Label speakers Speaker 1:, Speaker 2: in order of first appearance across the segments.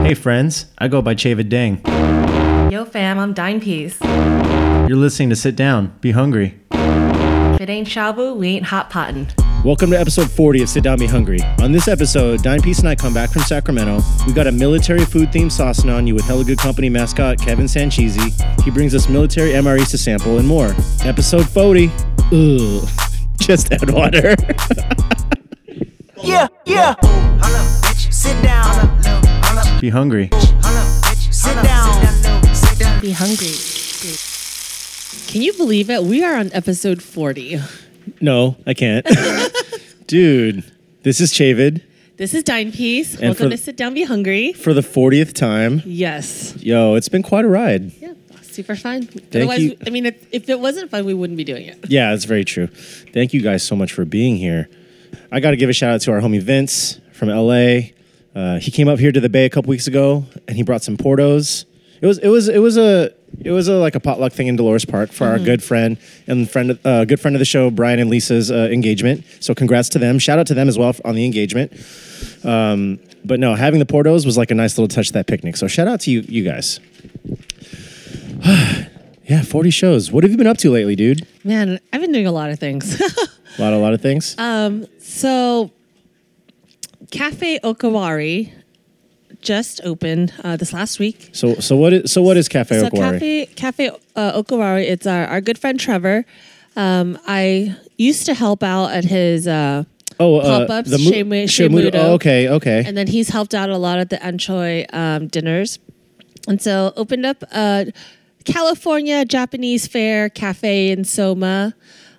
Speaker 1: Hey friends, I go by Chavid Dang.
Speaker 2: Yo, fam, I'm Dine Peace.
Speaker 1: You're listening to Sit Down, Be Hungry.
Speaker 2: If it ain't shabu, we ain't hot potting.
Speaker 1: Welcome to episode 40 of Sit Down Be Hungry. On this episode, Dine Peace and I come back from Sacramento. We got a military food themed saucing on you with Hella Good Company mascot Kevin Sanchezi. He brings us military MREs to sample and more. Episode 40. Ugh. Just add water.
Speaker 3: Yeah, yeah. Sit down.
Speaker 1: Be hungry.
Speaker 3: Sit down.
Speaker 2: Be hungry.
Speaker 4: Can you believe it? We are on episode 40.
Speaker 1: No, I can't. Dude, this is Chavid
Speaker 4: This is Dine Piece.
Speaker 1: And
Speaker 4: Welcome
Speaker 1: for-
Speaker 4: to Sit Down Be Hungry.
Speaker 1: for the 40th time.
Speaker 4: Yes.
Speaker 1: Yo, it's been quite a ride.
Speaker 4: Yeah. Super fun. Otherwise,
Speaker 1: you.
Speaker 4: I mean, if, if it wasn't fun, we wouldn't be doing it.
Speaker 1: Yeah, that's very true. Thank you guys so much for being here. I got to give a shout out to our homie Vince from LA. Uh, he came up here to the Bay a couple weeks ago, and he brought some portos. It was it was it was a it was a like a potluck thing in Dolores Park for our good friend and friend uh, good friend of the show Brian and Lisa's uh, engagement. So congrats to them. Shout out to them as well on the engagement. Um, but no, having the portos was like a nice little touch to that picnic. So shout out to you you guys. yeah, forty shows. What have you been up to lately, dude?
Speaker 4: Man, I've been doing a lot of things.
Speaker 1: A lot, a lot of things.
Speaker 4: Um, so, Cafe Okawari just opened uh, this last week.
Speaker 1: so, so what is so what is Cafe
Speaker 4: so,
Speaker 1: Okwari?
Speaker 4: Cafe, Cafe uh, Okawari, it's our, our good friend Trevor. Um, I used to help out at his. Uh,
Speaker 1: oh, uh,
Speaker 4: pop-ups,
Speaker 1: the mu-
Speaker 4: Shamu-
Speaker 1: Shamudo.
Speaker 4: Shamudo.
Speaker 1: Oh, okay, okay.
Speaker 4: and then he's helped out a lot at the Enchoy um, dinners. And so opened up a California Japanese Fair cafe in Soma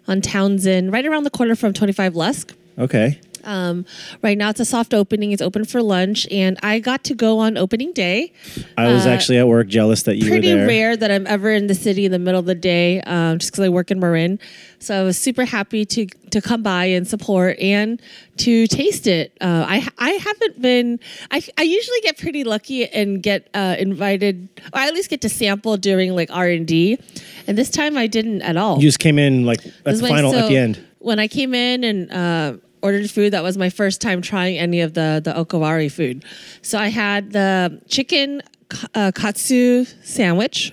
Speaker 4: on Townsend, right around the corner from 25 Lusk.
Speaker 1: okay.
Speaker 4: Um, right now it's a soft opening. It's open for lunch, and I got to go on opening day.
Speaker 1: I was actually at work, jealous that you were
Speaker 4: uh, Pretty
Speaker 1: there.
Speaker 4: rare that I'm ever in the city in the middle of the day, um, just because I work in Marin. So I was super happy to to come by and support and to taste it. Uh, I I haven't been. I, I usually get pretty lucky and get uh, invited, or I at least get to sample during like R and D, and this time I didn't at all.
Speaker 1: You just came in like at
Speaker 4: This
Speaker 1: the
Speaker 4: way,
Speaker 1: final, at
Speaker 4: so
Speaker 1: the end.
Speaker 4: When I came in and uh, ordered food, that was my first time trying any of the the okawari food. So I had the chicken k- uh, katsu sandwich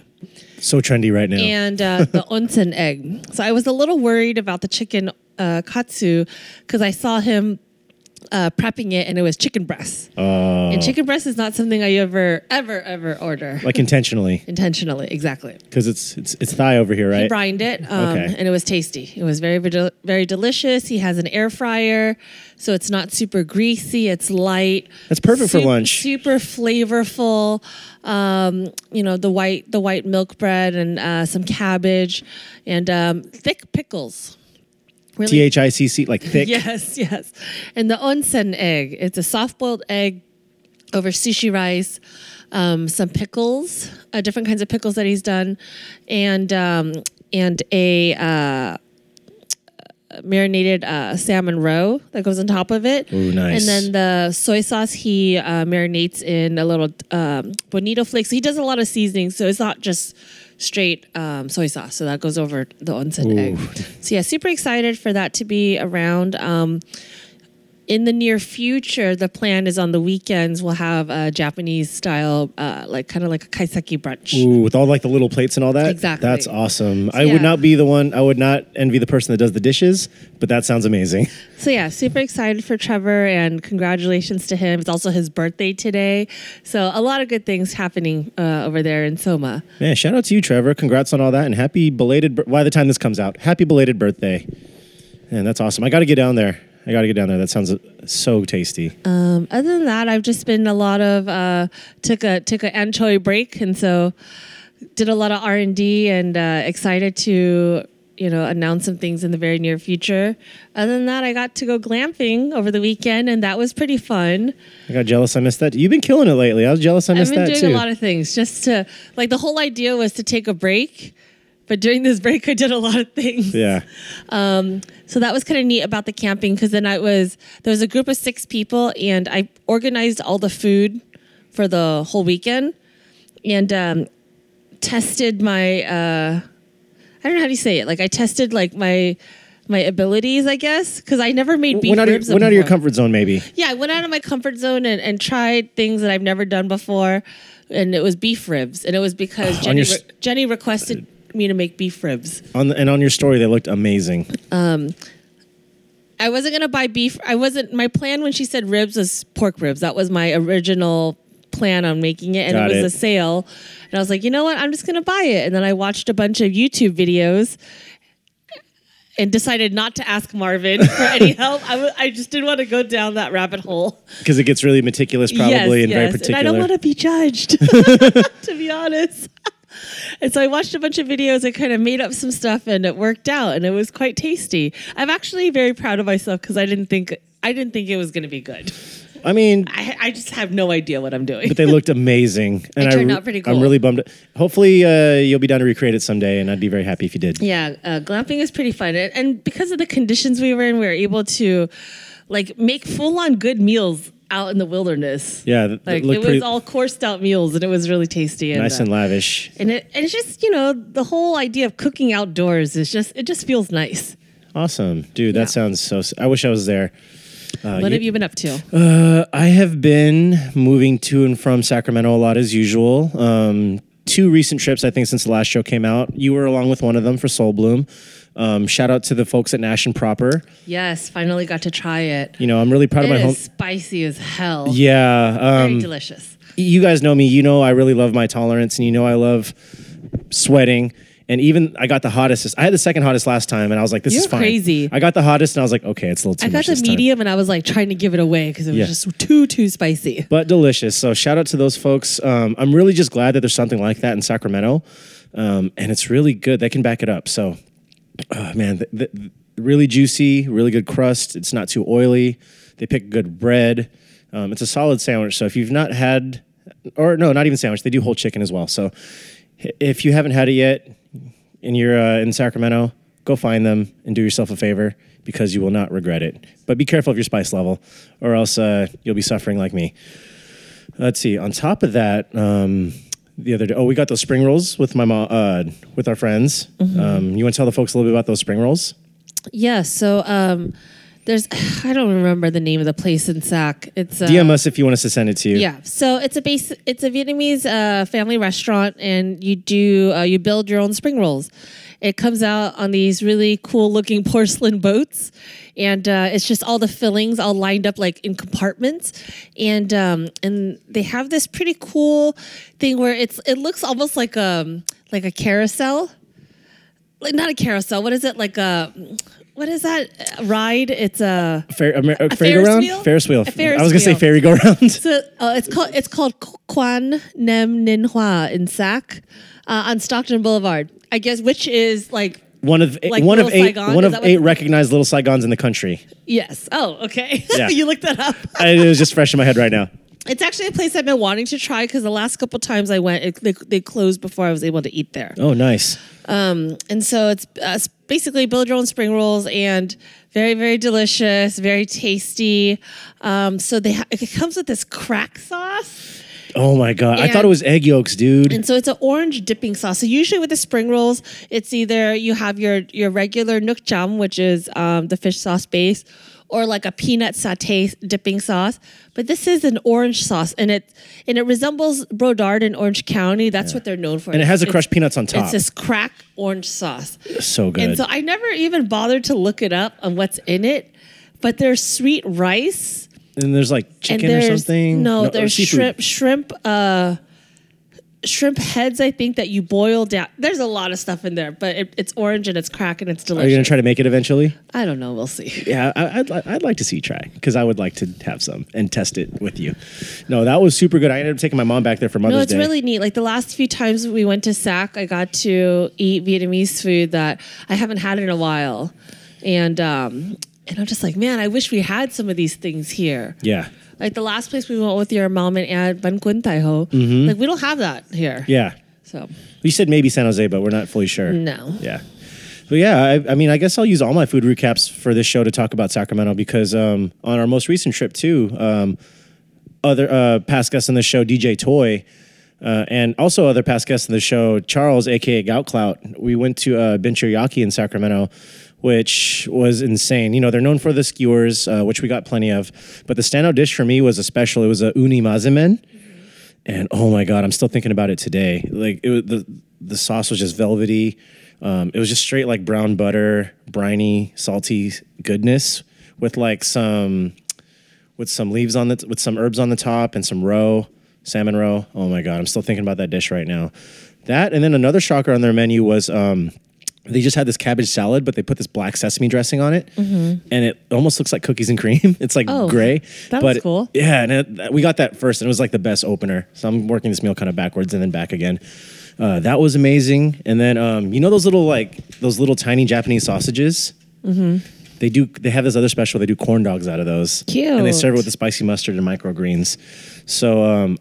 Speaker 1: So trendy right now.
Speaker 4: and uh, the onsen egg. So I was a little worried about the chicken uh, katsu because I saw him. Uh, prepping it and it was chicken breast. and chicken breast is not something I ever, ever, ever order
Speaker 1: like intentionally,
Speaker 4: intentionally. Exactly.
Speaker 1: because it's it's it's thigh over here, right?
Speaker 4: He brined it, um,
Speaker 1: Okay.
Speaker 4: and it was tasty. It was very, very, very delicious. He has an air fryer, so it's not super greasy. It's light.
Speaker 1: That's perfect for
Speaker 4: Sup-
Speaker 1: lunch.
Speaker 4: Super flavorful. Um, you know the white, the white milk bread, and uh, some cabbage, and um, thick pickles. Really
Speaker 1: T H I C C, like thick.
Speaker 4: Yes, yes. And the onsen egg. It's a soft boiled egg over sushi rice, um, some pickles, uh, different kinds of pickles that he's done, and um, and a uh, marinated uh, salmon roe that goes on top of it.
Speaker 1: Ooh, nice.
Speaker 4: And then the soy sauce he uh, marinates in a little um, bonito flakes. He does a lot of seasoning, so it's not just straight um, soy sauce. So that goes over the onsen egg. So yeah, super excited for that to be around. Um, in the near future, the plan is on the weekends we'll have a Japanese style, uh, like kind of like a kaiseki brunch.
Speaker 1: Ooh, with all like the little plates and all that.
Speaker 4: Exactly.
Speaker 1: That's awesome. I
Speaker 4: Yeah.
Speaker 1: would not be the one. I would not envy the person that does the dishes, but that sounds amazing.
Speaker 4: So yeah, super excited for Trevor and congratulations to him. It's also his birthday today, so a lot of good things happening uh, over there in Soma.
Speaker 1: Man, shout out to you, Trevor. Congrats on all that, and happy belated. bir- By the time this comes out, happy belated birthday. And that's awesome. I got to get down there. I got to get down there. That sounds uh, so tasty.
Speaker 4: Um, other than that, I've just been a lot of uh, took a took an anchoy break, and so did a lot of R and D, and uh, excited to you know announce some things in the very near future. Other than that, I got to go glamping over the weekend, and that was pretty fun.
Speaker 1: I got jealous. I missed that. You've been killing it lately. I was jealous. I
Speaker 4: I've
Speaker 1: missed
Speaker 4: been
Speaker 1: that
Speaker 4: doing
Speaker 1: too.
Speaker 4: a lot of things just to like the whole idea was to take a break, but during this break, I did a lot of things.
Speaker 1: yeah.
Speaker 4: Um, so that was kind of neat about the camping because then I was there was a group of six people and I organized all the food for the whole weekend and um, tested my uh, I don't know how do you say it like I tested like my
Speaker 5: my abilities, I guess, because I never made beef
Speaker 1: Went out, of,
Speaker 5: ribs.
Speaker 1: your- went out of your
Speaker 5: before.
Speaker 1: comfort zone, maybe.
Speaker 5: Yeah, I went out of my comfort zone and, and tried things that I've never done before, and it was beef ribs, and it was because
Speaker 1: On
Speaker 5: Jenny,
Speaker 1: your s-
Speaker 5: re- Jenny requested me to make beef ribs.
Speaker 1: On the, and on your story, they looked amazing.
Speaker 5: I wasn't gonna buy beef. I wasn't. My plan when she said ribs was pork ribs. That was my original plan on making it, and
Speaker 1: Got
Speaker 5: it was
Speaker 1: it.
Speaker 5: a sale. And I was like, you know what? I'm just gonna buy it. And then I watched a bunch of YouTube videos. And decided not to ask Marvin for any help. I, w- I just didn't want to go down that rabbit hole.
Speaker 1: Because it gets really meticulous, probably,
Speaker 5: yes,
Speaker 1: and
Speaker 5: yes.
Speaker 1: very particular.
Speaker 5: And I don't want to be judged, to be honest. And so I watched a bunch of videos and kind of made up some stuff, and it worked out, and it was quite tasty. I'm actually very proud of myself because I didn't think I didn't think it was going to be good.
Speaker 1: I mean,
Speaker 5: I, I just have no idea what I'm doing.
Speaker 1: but they looked amazing. And
Speaker 5: It
Speaker 1: I
Speaker 5: turned
Speaker 1: re-
Speaker 5: out pretty
Speaker 1: I'm
Speaker 5: cool.
Speaker 1: really bummed. Hopefully, uh, you'll be down to recreate it someday, and I'd be very happy if you did.
Speaker 5: Yeah, uh, glamping is pretty fun, and, and because of the conditions we were in, we were able to like make full on good meals out in the wilderness.
Speaker 1: Yeah, th-
Speaker 5: Like
Speaker 1: it
Speaker 5: it,
Speaker 1: looked
Speaker 5: was
Speaker 1: pretty
Speaker 5: all coursed out meals, and it was really tasty. And,
Speaker 1: nice
Speaker 5: uh,
Speaker 1: and lavish.
Speaker 5: and it and it's just you know the whole idea of cooking outdoors is just it just feels nice.
Speaker 1: Awesome, dude. That
Speaker 5: Yeah.
Speaker 1: sounds so. s- I wish I was there.
Speaker 5: what have you been up to?
Speaker 1: Uh, I have been moving to and from Sacramento a lot as usual. Um, two recent trips, I think, since the last show came out. You were along with one of them for Soul Bloom. Um, shout out to the folks at Nash and Proper.
Speaker 5: yes, finally got to try it.
Speaker 1: You know, I'm really proud
Speaker 5: It
Speaker 1: of my home.
Speaker 5: is spicy as hell.
Speaker 1: Yeah, um,
Speaker 5: Very delicious.
Speaker 1: you guys know me. You know I really love my tolerance, and you know I love sweating. And even I got the hottest. this- I had the second hottest last time, and I was like, "This is
Speaker 5: You're
Speaker 1: fine."
Speaker 5: crazy.
Speaker 1: I got the hottest, and I was like, "Okay, it's a little too
Speaker 5: I got
Speaker 1: much."
Speaker 5: the
Speaker 1: this time."
Speaker 5: medium and I was like trying to give it away because it was
Speaker 1: Yeah.
Speaker 5: just too too spicy.
Speaker 1: but delicious. So shout out to those folks. Um, I'm really just glad that there's something like that in Sacramento, um, and it's really good. They can back it up. So, oh, man, th th really juicy, really good crust. It's not too oily. They pick good bread. Um, it's a solid sandwich. So if you've not had, or no, not even sandwich, they do whole chicken as well. So i- if you haven't had it yet, and you're uh, in Sacramento, go find them and do yourself a favor because you will not regret it. But be careful of your spice level, or else uh, you'll be suffering like me. Let's see. On top of that, um, the other day, oh, we got those spring rolls with my mom, uh, with our friends.
Speaker 5: Mm-hmm.
Speaker 1: Um, you want to tell the folks a little bit about those spring rolls?
Speaker 5: Yeah. So um, there's I don't remember the name of the place in Sac. It's uh,
Speaker 1: DM us if you want us to send it to you.
Speaker 5: Yeah. So it's a base. It's a Vietnamese uh, family restaurant, and you do uh, you build your own spring rolls. It comes out on these really cool looking porcelain boats, and uh, it's just all the fillings all lined up like in compartments, and um, and they have this pretty cool thing where it's it looks almost like um like a carousel, like not a carousel. What is it like a what is that uh, ride? It's a
Speaker 1: Fair, Amer- uh, go
Speaker 5: Ferris
Speaker 1: round?
Speaker 5: wheel?
Speaker 1: Ferris wheel.
Speaker 5: A Ferris
Speaker 1: I was going to say
Speaker 5: wheel.
Speaker 1: fairy go round.
Speaker 5: So uh, it's called it's called K- Kwan Nem Ninh Hoa in Sac uh, on Stockton Boulevard. I guess which is like
Speaker 1: One of eight,
Speaker 5: Like
Speaker 1: one of
Speaker 5: Little
Speaker 1: eight
Speaker 5: Saigon?
Speaker 1: one
Speaker 5: Is
Speaker 1: of
Speaker 5: that what-
Speaker 1: eight recognized little Saigons in the country.
Speaker 5: yes. Oh, okay.
Speaker 1: Yeah.
Speaker 5: you looked that up.
Speaker 1: I, it was just fresh in my head right now.
Speaker 5: It's actually a place I've been wanting to try because the last couple times I went, it, they, they closed before I was able to eat there.
Speaker 1: Oh, nice.
Speaker 5: And so it's uh, s- basically build your own spring rolls and very, very delicious, very tasty. Um, so they ha- it comes with this crack sauce.
Speaker 1: Oh my god, I thought it
Speaker 5: And-
Speaker 1: was egg yolks, dude.
Speaker 5: And so it's an orange dipping sauce. So usually with the spring rolls, it's either you have your your regular nook jam, which is um, the fish sauce base, or like a peanut satay dipping sauce. But this is an orange sauce, and it and it resembles Brodard in Orange County. That's what they're known for.
Speaker 1: And it has the
Speaker 5: It's-
Speaker 1: crushed peanuts on top.
Speaker 5: It's this crack orange sauce.
Speaker 1: so good.
Speaker 5: And so I never even bothered to look it up on what's in it. But there's sweet rice
Speaker 1: and there's like chicken or something.
Speaker 5: no,
Speaker 1: it was
Speaker 5: there's
Speaker 1: seafood.
Speaker 5: shrimp, shrimp, uh, shrimp heads. I think that you boil down. There's a lot of stuff in there, but it, it's orange and it's crack and it's
Speaker 1: Are you
Speaker 5: delicious.
Speaker 1: gonna try to make it eventually?
Speaker 5: I don't know. We'll see.
Speaker 1: Yeah, I, I'd, li- I'd like to see you try because I would like to have some and test it with you. No, that was super good. I ended up taking my mom back there for Mother's
Speaker 5: No, it's
Speaker 1: Day.
Speaker 5: really neat. Like the last few times we went to Sac, I got to eat Vietnamese food that I haven't had in a while, and um, and I'm just like, man, I wish we had some of these things here.
Speaker 1: yeah,
Speaker 5: Like the last place we went with your mom and aunt, Ban Quin Tai Ho, like we don't have that here.
Speaker 1: Mm-hmm. yeah.
Speaker 5: So
Speaker 1: You said maybe San Jose, but we're not fully sure.
Speaker 5: No.
Speaker 1: Yeah. But yeah, I, I mean, I guess I'll use all my food recaps for this show to talk about Sacramento because um, on our most recent trip too, um, other uh, past guests on the show, DJ Toy, uh, and also other past guests on the show, Charles, aka Gout Clout, we went to uh, Ben Teriyaki in Sacramento, which was insane. You know, they're known for the skewers, uh, which we got plenty of, but the standout dish for me was a special. It was a uni mazemen, and oh my god, I'm still thinking about it today. Like it was, the the sauce was just velvety. Um, it was just straight like brown butter, briny, salty goodness with like some with some leaves on the with some herbs on the top and some roe, salmon roe. Oh my god, I'm still thinking about that dish right now. That and then another shocker on their menu was um, they just had this cabbage salad, but they put this black sesame dressing on it, and it almost looks like cookies and cream. It's like
Speaker 5: Mm-hmm. Oh,
Speaker 1: gray.
Speaker 5: that's
Speaker 1: but it-
Speaker 5: cool.
Speaker 1: yeah, and it, that- we got that first, and it was like the best opener. So I'm working this meal kind of backwards and then back again. Uh, that was amazing. And then um, you know those little like those little tiny Japanese sausages.
Speaker 5: Mm-hmm.
Speaker 1: They do. They have this other special. They do corn dogs out of those. And they
Speaker 5: Cute.
Speaker 1: serve it with the spicy mustard and microgreens. So um,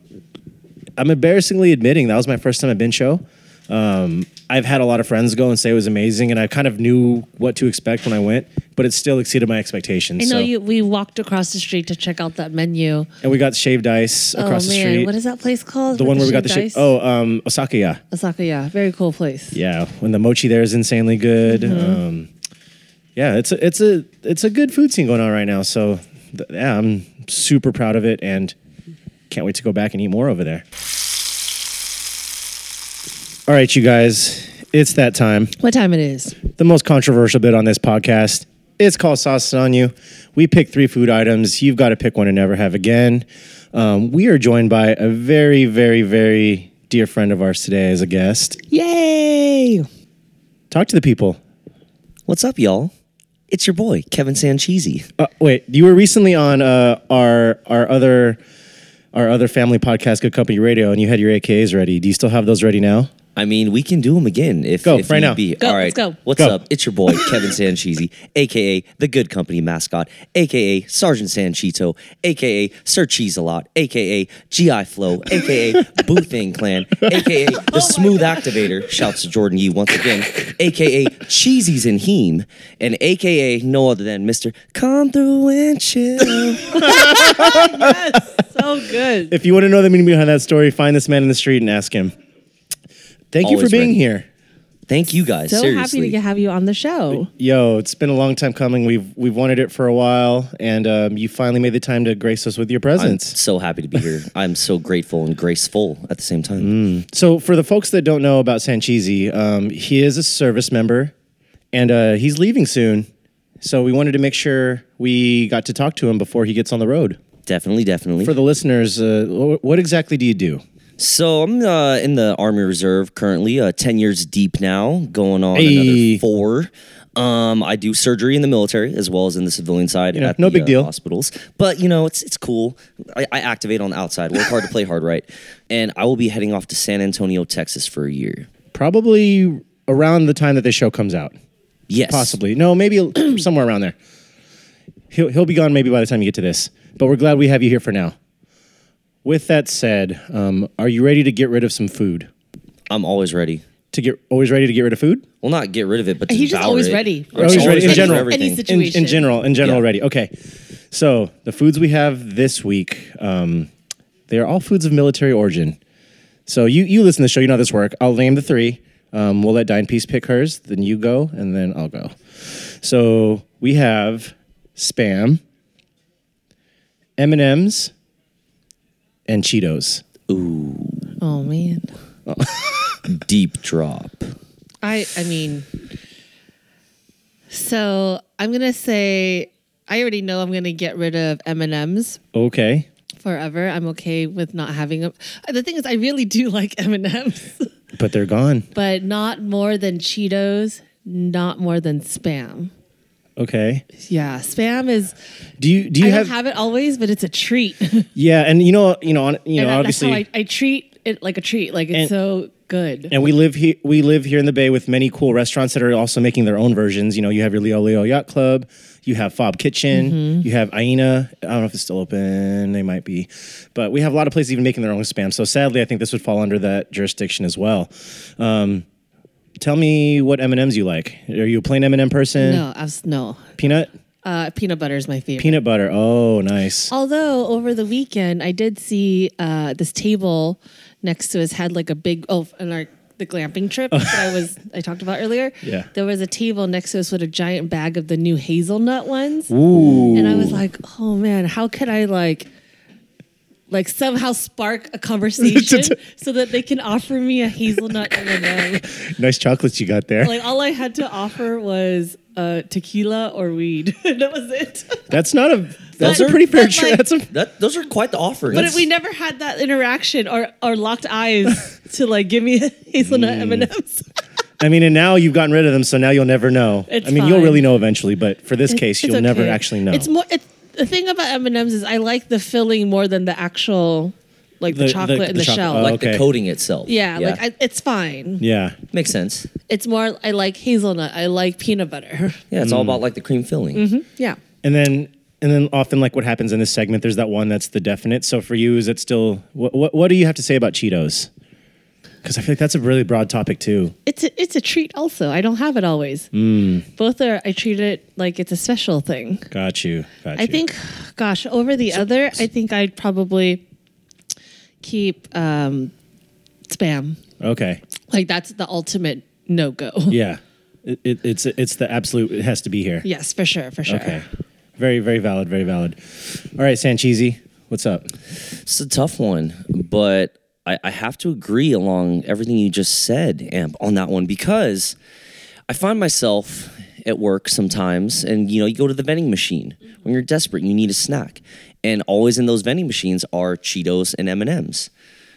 Speaker 1: I'm embarrassingly admitting that was my first time at Bincho. Um, I've had a lot of friends go and say it was amazing, and I kind of knew what to expect when I went, but it still exceeded my expectations.
Speaker 5: I know
Speaker 1: so.
Speaker 5: you. We walked across the street to check out that menu.
Speaker 1: and we got shaved ice across
Speaker 5: oh
Speaker 1: the
Speaker 5: man,
Speaker 1: street.
Speaker 5: what is that place called?
Speaker 1: the one where we got the
Speaker 5: shaved
Speaker 1: shaved?
Speaker 5: ice?
Speaker 1: Oh, um, Osaka, yeah.
Speaker 5: Osaka. Yeah, very cool place.
Speaker 1: Yeah, when the mochi there is insanely good. Um, yeah, it's a it's a it's a good food scene going on right now. So th- yeah, I'm super proud of it and can't wait to go back and eat more over there. All right, you guys, it's that time.
Speaker 5: What time it is?
Speaker 1: The most controversial bit on this podcast. It's called Sauce on You. We pick three food items. You've got to pick one and never have again. Um, we are joined by a very, very, very dear friend of ours today as a guest.
Speaker 6: Yay!
Speaker 1: Talk to the people.
Speaker 6: What's up, y'all? It's your boy, Kevin Sancheesy.
Speaker 1: Uh, wait, you were recently on uh, our our other our other family podcast, Good Company Radio, and you had your AKAs ready. Do you still have those ready now?
Speaker 6: I mean, we can do them again if,
Speaker 1: Go,
Speaker 6: if
Speaker 1: right
Speaker 6: need
Speaker 1: now.
Speaker 6: be.
Speaker 5: Go,
Speaker 6: All right,
Speaker 5: let's go.
Speaker 6: What's
Speaker 1: Go.
Speaker 6: up? It's your boy, Kevin Sancheesy, aka the Good Company mascot, aka Sergeant Sanchito, aka Sir Cheese a Lot, aka GI Flow, aka Boo Thing Clan, aka
Speaker 5: Oh
Speaker 6: the Smooth Activator. Shouts to Jordan Yee once again, aka Cheesies and Heem, and aka no other than Mister Come Through and Chill.
Speaker 5: So good.
Speaker 1: If you want to know the meaning behind that story, find this man in the street and ask him. Thank you
Speaker 6: Always
Speaker 1: for being
Speaker 6: ready.
Speaker 1: here.
Speaker 6: Thank you guys.
Speaker 5: So
Speaker 6: seriously.
Speaker 5: happy to have you on the show.
Speaker 1: Yo, it's been a long time coming. We've we've wanted it for a while, and um, you finally made the time to grace us with your presence.
Speaker 6: so happy to be here. I'm so grateful and graceful at the same time.
Speaker 1: Mm. So, for the folks that don't know about Sanchezi, um, he is a service member, and uh, he's leaving soon. So, we wanted to make sure we got to talk to him before he gets on the road.
Speaker 6: Definitely, definitely.
Speaker 1: For the listeners, uh, wh- what exactly do you do?
Speaker 6: so I'm uh, in the Army Reserve currently, uh, ten years deep now, going on
Speaker 1: Hey.
Speaker 6: another four. Um, I do surgery in the military as well as in the civilian side
Speaker 1: know,
Speaker 6: at
Speaker 1: no
Speaker 6: the,
Speaker 1: big
Speaker 6: uh,
Speaker 1: deal.
Speaker 6: hospitals. But you know, it's it's cool. I, I activate on the outside, work hard to play hard, right? And I will be heading off to San Antonio, Texas, for a year.
Speaker 1: Probably around the time that this show comes out,
Speaker 6: Yes,
Speaker 1: possibly. No, maybe somewhere around there. He'll he'll be gone maybe by the time you get to this. But we're glad we have you here for now. With that said, um, are you ready to get rid of some food?
Speaker 6: I'm always ready.
Speaker 1: To get always ready to get rid of food?
Speaker 6: Well, not get rid of it, but to
Speaker 5: He's just
Speaker 6: devour
Speaker 5: always
Speaker 6: it.
Speaker 5: ready.
Speaker 6: I'm
Speaker 1: Always ready in
Speaker 6: for
Speaker 1: general.
Speaker 6: everything.
Speaker 5: Any
Speaker 1: in, in
Speaker 5: situation.
Speaker 1: general, in general,
Speaker 6: Yeah.
Speaker 1: already. Okay, so the foods we have this week, um, they are all foods of military origin. So you you listen to the show, you know how this work. I'll name the three. Um, we'll let Dine Peace pick hers, then you go, and then I'll go. So we have spam, M and M's, and Cheetos.
Speaker 5: Oh man.
Speaker 6: Deep drop.
Speaker 5: I I mean So I'm gonna say I already know I'm gonna get rid of M and M's
Speaker 1: Okay,
Speaker 5: forever. I'm okay with not having them. The thing is, I really do like M and M's,
Speaker 1: but they're gone.
Speaker 5: but not more than Cheetos, not more than Spam.
Speaker 1: Okay,
Speaker 5: Yeah, Spam is.
Speaker 1: do you do
Speaker 5: I
Speaker 1: you
Speaker 5: don't
Speaker 1: have,
Speaker 5: have it always, but it's a treat.
Speaker 1: yeah? And you know you know on, you
Speaker 5: and
Speaker 1: know
Speaker 5: I-
Speaker 1: obviously.
Speaker 5: that's how I, I treat it like a treat. Like it's
Speaker 1: And-
Speaker 5: so good.
Speaker 1: And we live here. We live here in the Bay with many cool restaurants that are also making their own versions. You know, you have your Leo Leo Yacht Club, you have Fob Kitchen,
Speaker 5: Mm-hmm.
Speaker 1: you have Aina. I don't know if it's still open. They might be, but we have a lot of places even making their own spam. So sadly, I think this would fall under that jurisdiction as well. Um, tell me what M and M's you like. Are you a plain M and m person?
Speaker 5: no, I was, no.
Speaker 1: Peanut,
Speaker 5: Uh, peanut butter is my favorite.
Speaker 1: peanut butter. Oh, nice.
Speaker 5: Although over the weekend I did see uh, this table next to us had like a big oh and our the glamping trip that I was I talked about earlier.
Speaker 1: Yeah.
Speaker 5: There was a table next to us with a giant bag of the new hazelnut ones.
Speaker 1: Ooh.
Speaker 5: And I was like, oh man, how could I like like somehow spark a conversation so that they can offer me a hazelnut M&M.
Speaker 1: nice chocolates you got there.
Speaker 5: Like all I had to offer was uh, tequila or weed. that was it.
Speaker 1: that's not a. That's
Speaker 5: But-
Speaker 1: a pretty fair
Speaker 5: but,
Speaker 1: trade.
Speaker 5: like-
Speaker 1: that's a.
Speaker 6: That those are quite the offerings.
Speaker 5: But we never had that interaction or, or locked eyes to like give me a hazelnut
Speaker 1: Mm.
Speaker 5: M&Ms.
Speaker 1: I mean, and now you've gotten rid of them, so now you'll never know.
Speaker 5: It's
Speaker 1: I mean, you'll
Speaker 5: fine.
Speaker 1: really know eventually, but for this case,
Speaker 5: It's
Speaker 1: you'll never
Speaker 5: okay.
Speaker 1: actually know.
Speaker 5: It's more. It's, the thing about M and M's is I like the filling more than the actual, like the,
Speaker 1: The- the-
Speaker 5: chocolate and
Speaker 1: the
Speaker 5: the,
Speaker 1: chocolate.
Speaker 5: shell.
Speaker 1: Oh,
Speaker 6: like
Speaker 1: okay.
Speaker 6: the coating itself.
Speaker 5: yeah, like I, it's fine.
Speaker 1: yeah.
Speaker 6: makes sense.
Speaker 5: It's more. I like hazelnut. I like peanut butter.
Speaker 6: Yeah, it's all about like the cream filling.
Speaker 5: yeah.
Speaker 1: And then and then often like what happens in this segment, there's that one that's the definite. So for you, is it still what what, what do you have to say about Cheetos? Because I feel like that's a really broad topic too.
Speaker 5: It's a, it's a treat. Also, I don't have it always.
Speaker 1: Mm.
Speaker 5: Both are. I treat it like it's a special thing.
Speaker 1: Got you. Got you.
Speaker 5: I think, gosh, over the other, I think I'd probably keep um, spam.
Speaker 1: Okay.
Speaker 5: Like that's the ultimate no go.
Speaker 1: Yeah. It, it, it's it's the absolute. It has to be here.
Speaker 5: Yes, for sure, for sure.
Speaker 1: Okay. Very very valid. Very valid. All right, Sancheesy, what's up?
Speaker 6: It's a tough one, but I, I have to agree along everything you just said, Amp, on that one because I find myself at work sometimes, and you know, you go to the vending machine when you're desperate and you need a snack, and always in those vending machines are Cheetos and M and M's.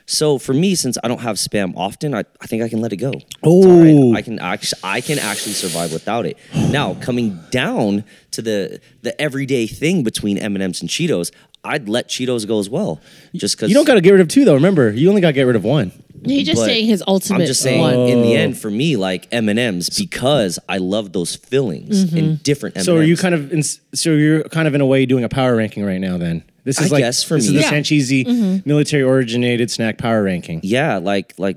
Speaker 6: So for me, since I don't have spam often, I, I think I can let it go. It's all
Speaker 1: Oh.
Speaker 6: I can actually I can actually survive without it. Now coming down to the the everyday thing between M and M's and Cheetos, I'd let Cheetos go as well, just because
Speaker 1: You don't got to get rid of two though. Remember, you only got to get rid of one.
Speaker 5: He's just
Speaker 6: But
Speaker 5: saying his ultimate
Speaker 6: I'm just saying,
Speaker 5: one.
Speaker 6: in the end, for me, like M and M's, because I love those fillings in different. M&Ms.
Speaker 1: Mm-hmm. So are you kind of in, so you're kind of in a way doing a power ranking right now then. This is
Speaker 6: I
Speaker 1: like
Speaker 6: guess for
Speaker 1: this
Speaker 6: me.
Speaker 1: is
Speaker 6: Yeah.
Speaker 1: the Sancheesy
Speaker 5: Mm-hmm.
Speaker 1: military originated snack power ranking.
Speaker 6: yeah, like like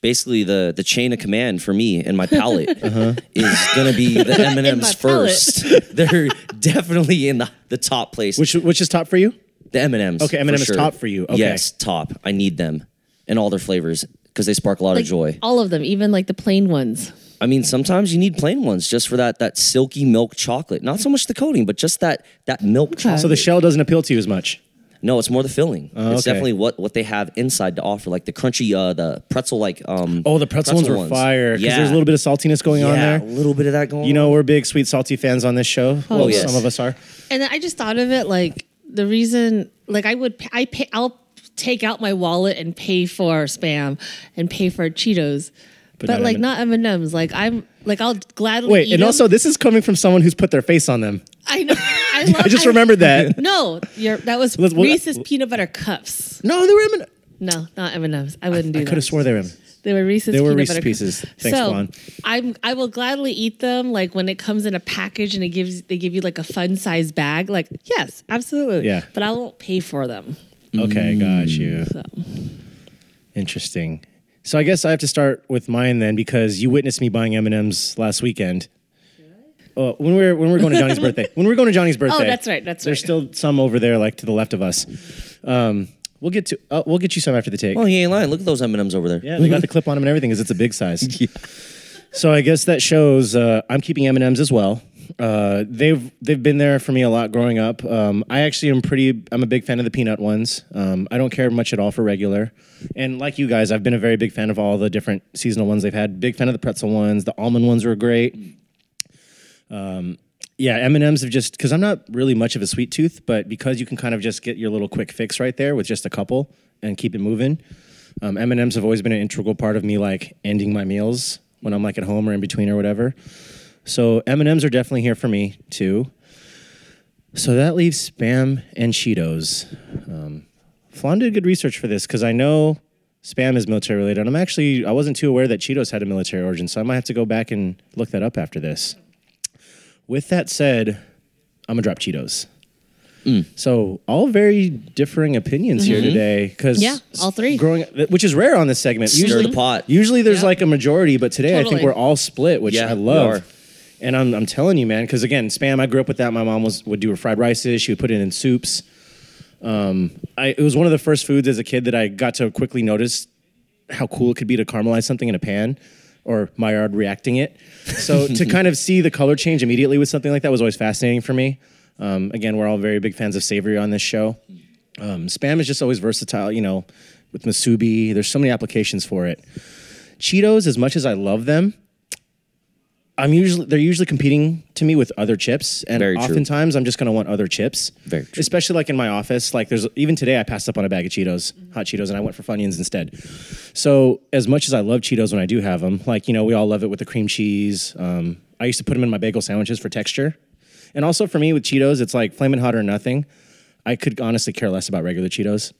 Speaker 6: basically the the chain of command for me and my palate
Speaker 1: Uh-huh.
Speaker 6: is gonna be the M and M's
Speaker 5: my palate.
Speaker 6: first. They're definitely in the, the top place.
Speaker 1: Which which is top for you?
Speaker 6: the M and M's.
Speaker 1: Okay, M&M is top for you. Okay.
Speaker 6: Yes, top. I need them and all their flavors because they spark a lot
Speaker 5: Like,
Speaker 6: of joy.
Speaker 5: All of them, even like the plain ones.
Speaker 6: I mean, sometimes you need plain ones just for that that silky milk chocolate. Not so much the coating, but just that that milk chocolate.
Speaker 1: So the shell doesn't appeal to you as much.
Speaker 6: No, it's more the filling. It's
Speaker 1: Oh, okay.
Speaker 6: definitely what what they have inside to offer, like the crunchy, uh, the pretzel, like um.
Speaker 1: Oh, the pretzel, ones were fire because
Speaker 6: Yeah,
Speaker 1: there's a little bit of saltiness going on
Speaker 6: yeah,
Speaker 1: there.
Speaker 6: a little bit of that going.
Speaker 1: You know,
Speaker 6: on.
Speaker 1: we're big sweet salty fans on this show.
Speaker 5: Oh,
Speaker 1: well,
Speaker 6: yes.
Speaker 1: some of us are.
Speaker 5: And I just thought of it like the reason, like I would, I pay, I'll take out my wallet and pay for spam and pay for Cheetos, but,
Speaker 1: not
Speaker 5: like
Speaker 1: M-
Speaker 5: not M and M's. Like I'm, like I'll gladly
Speaker 1: Wait,
Speaker 5: eat
Speaker 1: and
Speaker 5: 'em.
Speaker 1: also this is coming from someone who's put their face on them.
Speaker 5: I know. I, love,
Speaker 1: I just remembered that.
Speaker 5: No, you're, that was
Speaker 1: Let's- well, uh,
Speaker 5: Reese's
Speaker 1: well-
Speaker 5: peanut butter cups.
Speaker 1: No, they were M&M.
Speaker 5: No, not M and M's. I wouldn't do
Speaker 1: I
Speaker 5: that.
Speaker 1: could have swore they were M.
Speaker 5: They were Reese's.
Speaker 1: They were
Speaker 5: peanut
Speaker 1: Reese's
Speaker 5: butter cup-
Speaker 1: Pieces. Thanks,
Speaker 5: so
Speaker 1: Juan.
Speaker 5: I'm I will gladly eat them. Like when it comes in a package and it gives they give you like a fun size bag. Like yes, absolutely.
Speaker 1: Yeah.
Speaker 5: But I won't pay for them.
Speaker 1: Okay, got you.
Speaker 5: So
Speaker 1: Interesting. So I guess I have to start with mine then because you witnessed me buying M and M's last weekend. Uh, when we were when we were going to Johnny's birthday. When we were going to Johnny's birthday.
Speaker 5: Oh, that's right, that's
Speaker 1: There's
Speaker 5: right.
Speaker 1: still some over there, like to the left of us. Um, we'll get to. Uh, we'll get you some after the take.
Speaker 6: oh, he ain't lying. Look at those M and M's over there.
Speaker 1: Yeah, they got the clip on them and everything because it's a big size. So I guess that shows uh, I'm keeping M and M's as well. Uh, they've they've been there for me a lot growing up. Um, I actually am pretty. I'm a big fan of the peanut ones. Um, I don't care much at all for regular. And like you guys, I've been a very big fan of all the different seasonal ones they've had. Big fan of the pretzel ones. The almond ones were great. Um, yeah, M and M's have just because I'm not really much of a sweet tooth, but because you can kind of just get your little quick fix right there with just a couple and keep it moving. Um, M and M's have always been an integral part of me, like ending my meals when I'm like at home or in between or whatever. So M and M's are definitely here for me too. So that leaves spam and Cheetos. Um, Flan did good research for this because I know spam is military related. And I'm actually I wasn't too aware that Cheetos had a military origin, so I might have to go back and look that up after this. With that said, I'm gonna drop Cheetos.
Speaker 5: Mm.
Speaker 1: So all very differing opinions here today because
Speaker 5: Mm-hmm. Yeah, all three.
Speaker 1: growing which is rare on this segment.
Speaker 6: Stir the pot.
Speaker 1: Usually there's
Speaker 5: Yeah.
Speaker 1: like a majority, but today I think
Speaker 5: Totally.
Speaker 1: we're all split, which
Speaker 6: Yeah,
Speaker 1: I
Speaker 6: we
Speaker 1: love.
Speaker 6: are.
Speaker 1: And I'm, I'm telling you, man, because again, spam. I grew up with that. My mom was would do her fried rices. She would put it in soups. Um, I, it was one of the first foods as a kid that I got to quickly notice how cool it could be to caramelize something in a pan or Maillard reacting it. So to kind of see the color change immediately with something like that was always fascinating for me. Um, again, we're all very big fans of savory on this show. Um, Spam is just always versatile, you know, with masubi. There's so many applications for it. Cheetos, as much as I love them, I'm usually they're usually competing to me with other chips, and
Speaker 6: Very true.
Speaker 1: oftentimes I'm just gonna want other chips.
Speaker 6: Very true.
Speaker 1: Especially like in my office, like there's even today I passed up on a bag of Cheetos, hot Cheetos, and I went for Funyuns instead. So as much as I love Cheetos when I do have them, like you know we all love it with the cream cheese. Um, I used to put them in my bagel sandwiches for texture, and also for me with Cheetos, it's like flaming hot or nothing. I could honestly care less about regular Cheetos.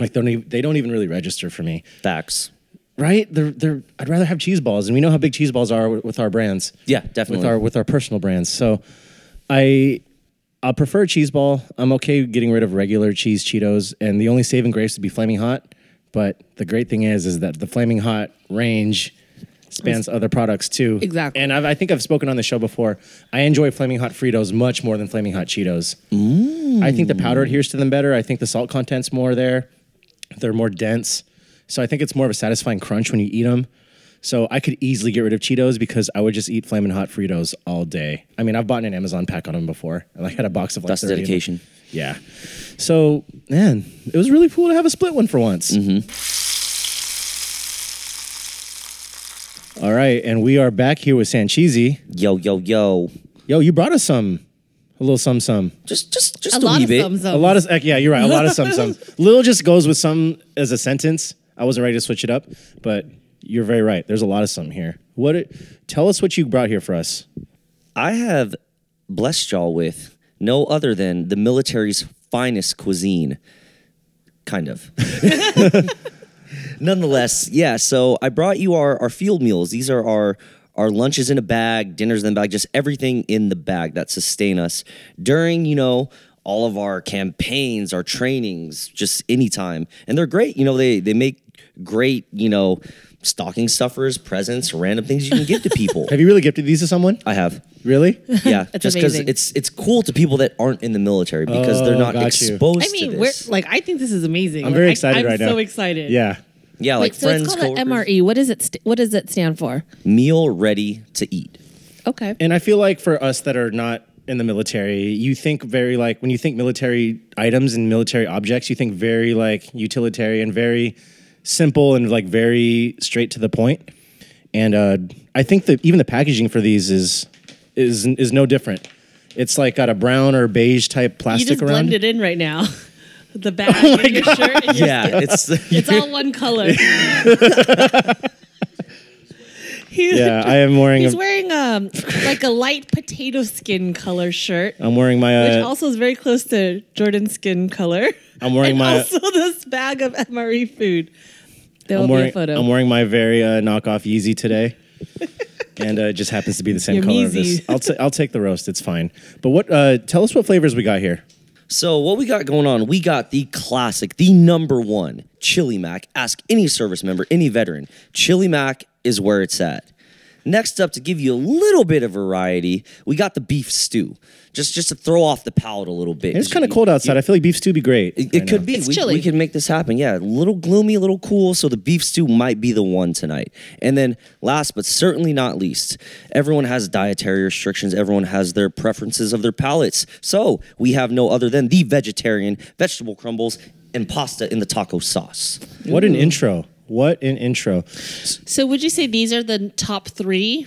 Speaker 1: Like they don't even, they don't even really register for me,
Speaker 6: Facts.
Speaker 1: right? They're they're I'd rather have cheese balls, and we know how big cheese balls are with, with our brands.
Speaker 6: Yeah, definitely.
Speaker 1: With our with our personal brands, so I I prefer cheese ball. I'm okay getting rid of regular cheese Cheetos, and the only saving grace would be Flaming Hot. But the great thing is, is that the Flaming Hot range spans other products too.
Speaker 5: Exactly.
Speaker 1: And I've, I think I've spoken on the show before. I enjoy Flaming Hot Fritos much more than Flaming Hot Cheetos. I think the
Speaker 6: Hmm.
Speaker 1: powder adheres to them better. I think the salt content's more there. They're more dense. So I think it's more of a satisfying crunch when you eat them. So I could easily get rid of Cheetos because I would just eat flaming hot Fritos all day. I mean, I've bought an Amazon pack on them before. and I had a box of like
Speaker 6: That's
Speaker 1: 30 of them.
Speaker 6: dedication.
Speaker 1: Yeah. So, man, it was really cool to have a split one for once.
Speaker 6: Mm-hmm.
Speaker 1: All right, and we are back here with Sancheesy.
Speaker 6: Yo, yo, yo.
Speaker 1: Yo, you brought us some, a little some some.
Speaker 6: Just, just, just
Speaker 5: A
Speaker 6: a,
Speaker 5: lot
Speaker 6: wee
Speaker 5: of
Speaker 6: bit.
Speaker 5: thumbs up.
Speaker 1: A lot of uh, yeah, you're right. A lot of some some. Lil just goes with some as a sentence. I wasn't ready to switch it up, but you're very right. There's a lot of some here. What? It, tell us what you brought here for us.
Speaker 6: I have blessed y'all with no other than the military's finest cuisine, kind of. Nonetheless, yeah. So I brought you our, our field meals. These are our our lunches in a bag, dinners in the bag, just everything in the bag that sustain us during you know all of our campaigns, our trainings, just anytime. And they're great. You know they they make great you know stocking stuffers, presents, random things you can give to people.
Speaker 1: Have you really gifted these to someone?
Speaker 6: I have.
Speaker 1: Really?
Speaker 6: Yeah,
Speaker 5: That's
Speaker 6: just because
Speaker 5: amazing.
Speaker 6: it's it's cool to people that aren't in the military because
Speaker 1: Oh,
Speaker 6: they're not
Speaker 1: got you.
Speaker 6: exposed
Speaker 5: I mean,
Speaker 6: to
Speaker 5: we're,
Speaker 6: this.
Speaker 5: like I think this is amazing.
Speaker 1: I'm very
Speaker 5: Like, I-
Speaker 1: excited right now.
Speaker 5: I'm so excited.
Speaker 1: Yeah.
Speaker 6: yeah, like
Speaker 5: Wait, so
Speaker 6: friends,
Speaker 5: it's called an
Speaker 6: coworkers,
Speaker 5: MRE. E. What does it? St- what does it stand for?
Speaker 6: meal ready to eat.
Speaker 5: Okay.
Speaker 1: And I feel like for us that are not in the military, you think very like when you think military items and military objects, you think very like utilitarian, very simple, and like very straight to the point. And uh, I think that even the packaging for these is is is no different. It's like got a brown or beige type
Speaker 5: you
Speaker 1: plastic
Speaker 5: just
Speaker 1: around. Oh
Speaker 5: blend it in right now. The bag, and your shirt, and your-
Speaker 6: Yeah, it's
Speaker 5: it's all one color. He-
Speaker 1: Yeah, I am wearing.
Speaker 5: He's
Speaker 1: A,
Speaker 5: wearing um like a light potato skin color shirt,
Speaker 1: I'm wearing my.
Speaker 5: which
Speaker 1: Uh,
Speaker 5: also is very close to Jordan's skin color.
Speaker 1: I'm wearing
Speaker 5: and
Speaker 1: my.
Speaker 5: also this bag of MRE food. There will
Speaker 1: I'm wearing,
Speaker 5: be a photo.
Speaker 1: I'm wearing my very uh, knockoff Yeezy today. and uh, it just happens to be the same
Speaker 5: Your
Speaker 1: color of this.
Speaker 5: Meezy.
Speaker 1: I'll, ta- I'll take the roast. It's fine. But what? Uh, tell us what flavors we got here.
Speaker 6: So what we got going on? We got the classic, the number one chili mac. Ask any service member, any veteran. Chili mac is where it's at. Next up, to give you a little bit of variety, we got the beef stew. Just just to throw off the palate a little bit.
Speaker 1: It's kind of cold outside. I feel like beef stew would be great.
Speaker 6: It, it could be.
Speaker 5: It's
Speaker 6: we,
Speaker 5: chilly.
Speaker 6: we can make this happen. Yeah, a little gloomy, a little cool. So the beef stew might be the one tonight. And then, last but certainly not least, everyone has dietary restrictions. Everyone has their preferences of their palates. So we have no other than the vegetarian vegetable crumbles and pasta in the taco sauce.
Speaker 1: What an intro. What an intro.
Speaker 5: So would you say these are the top three?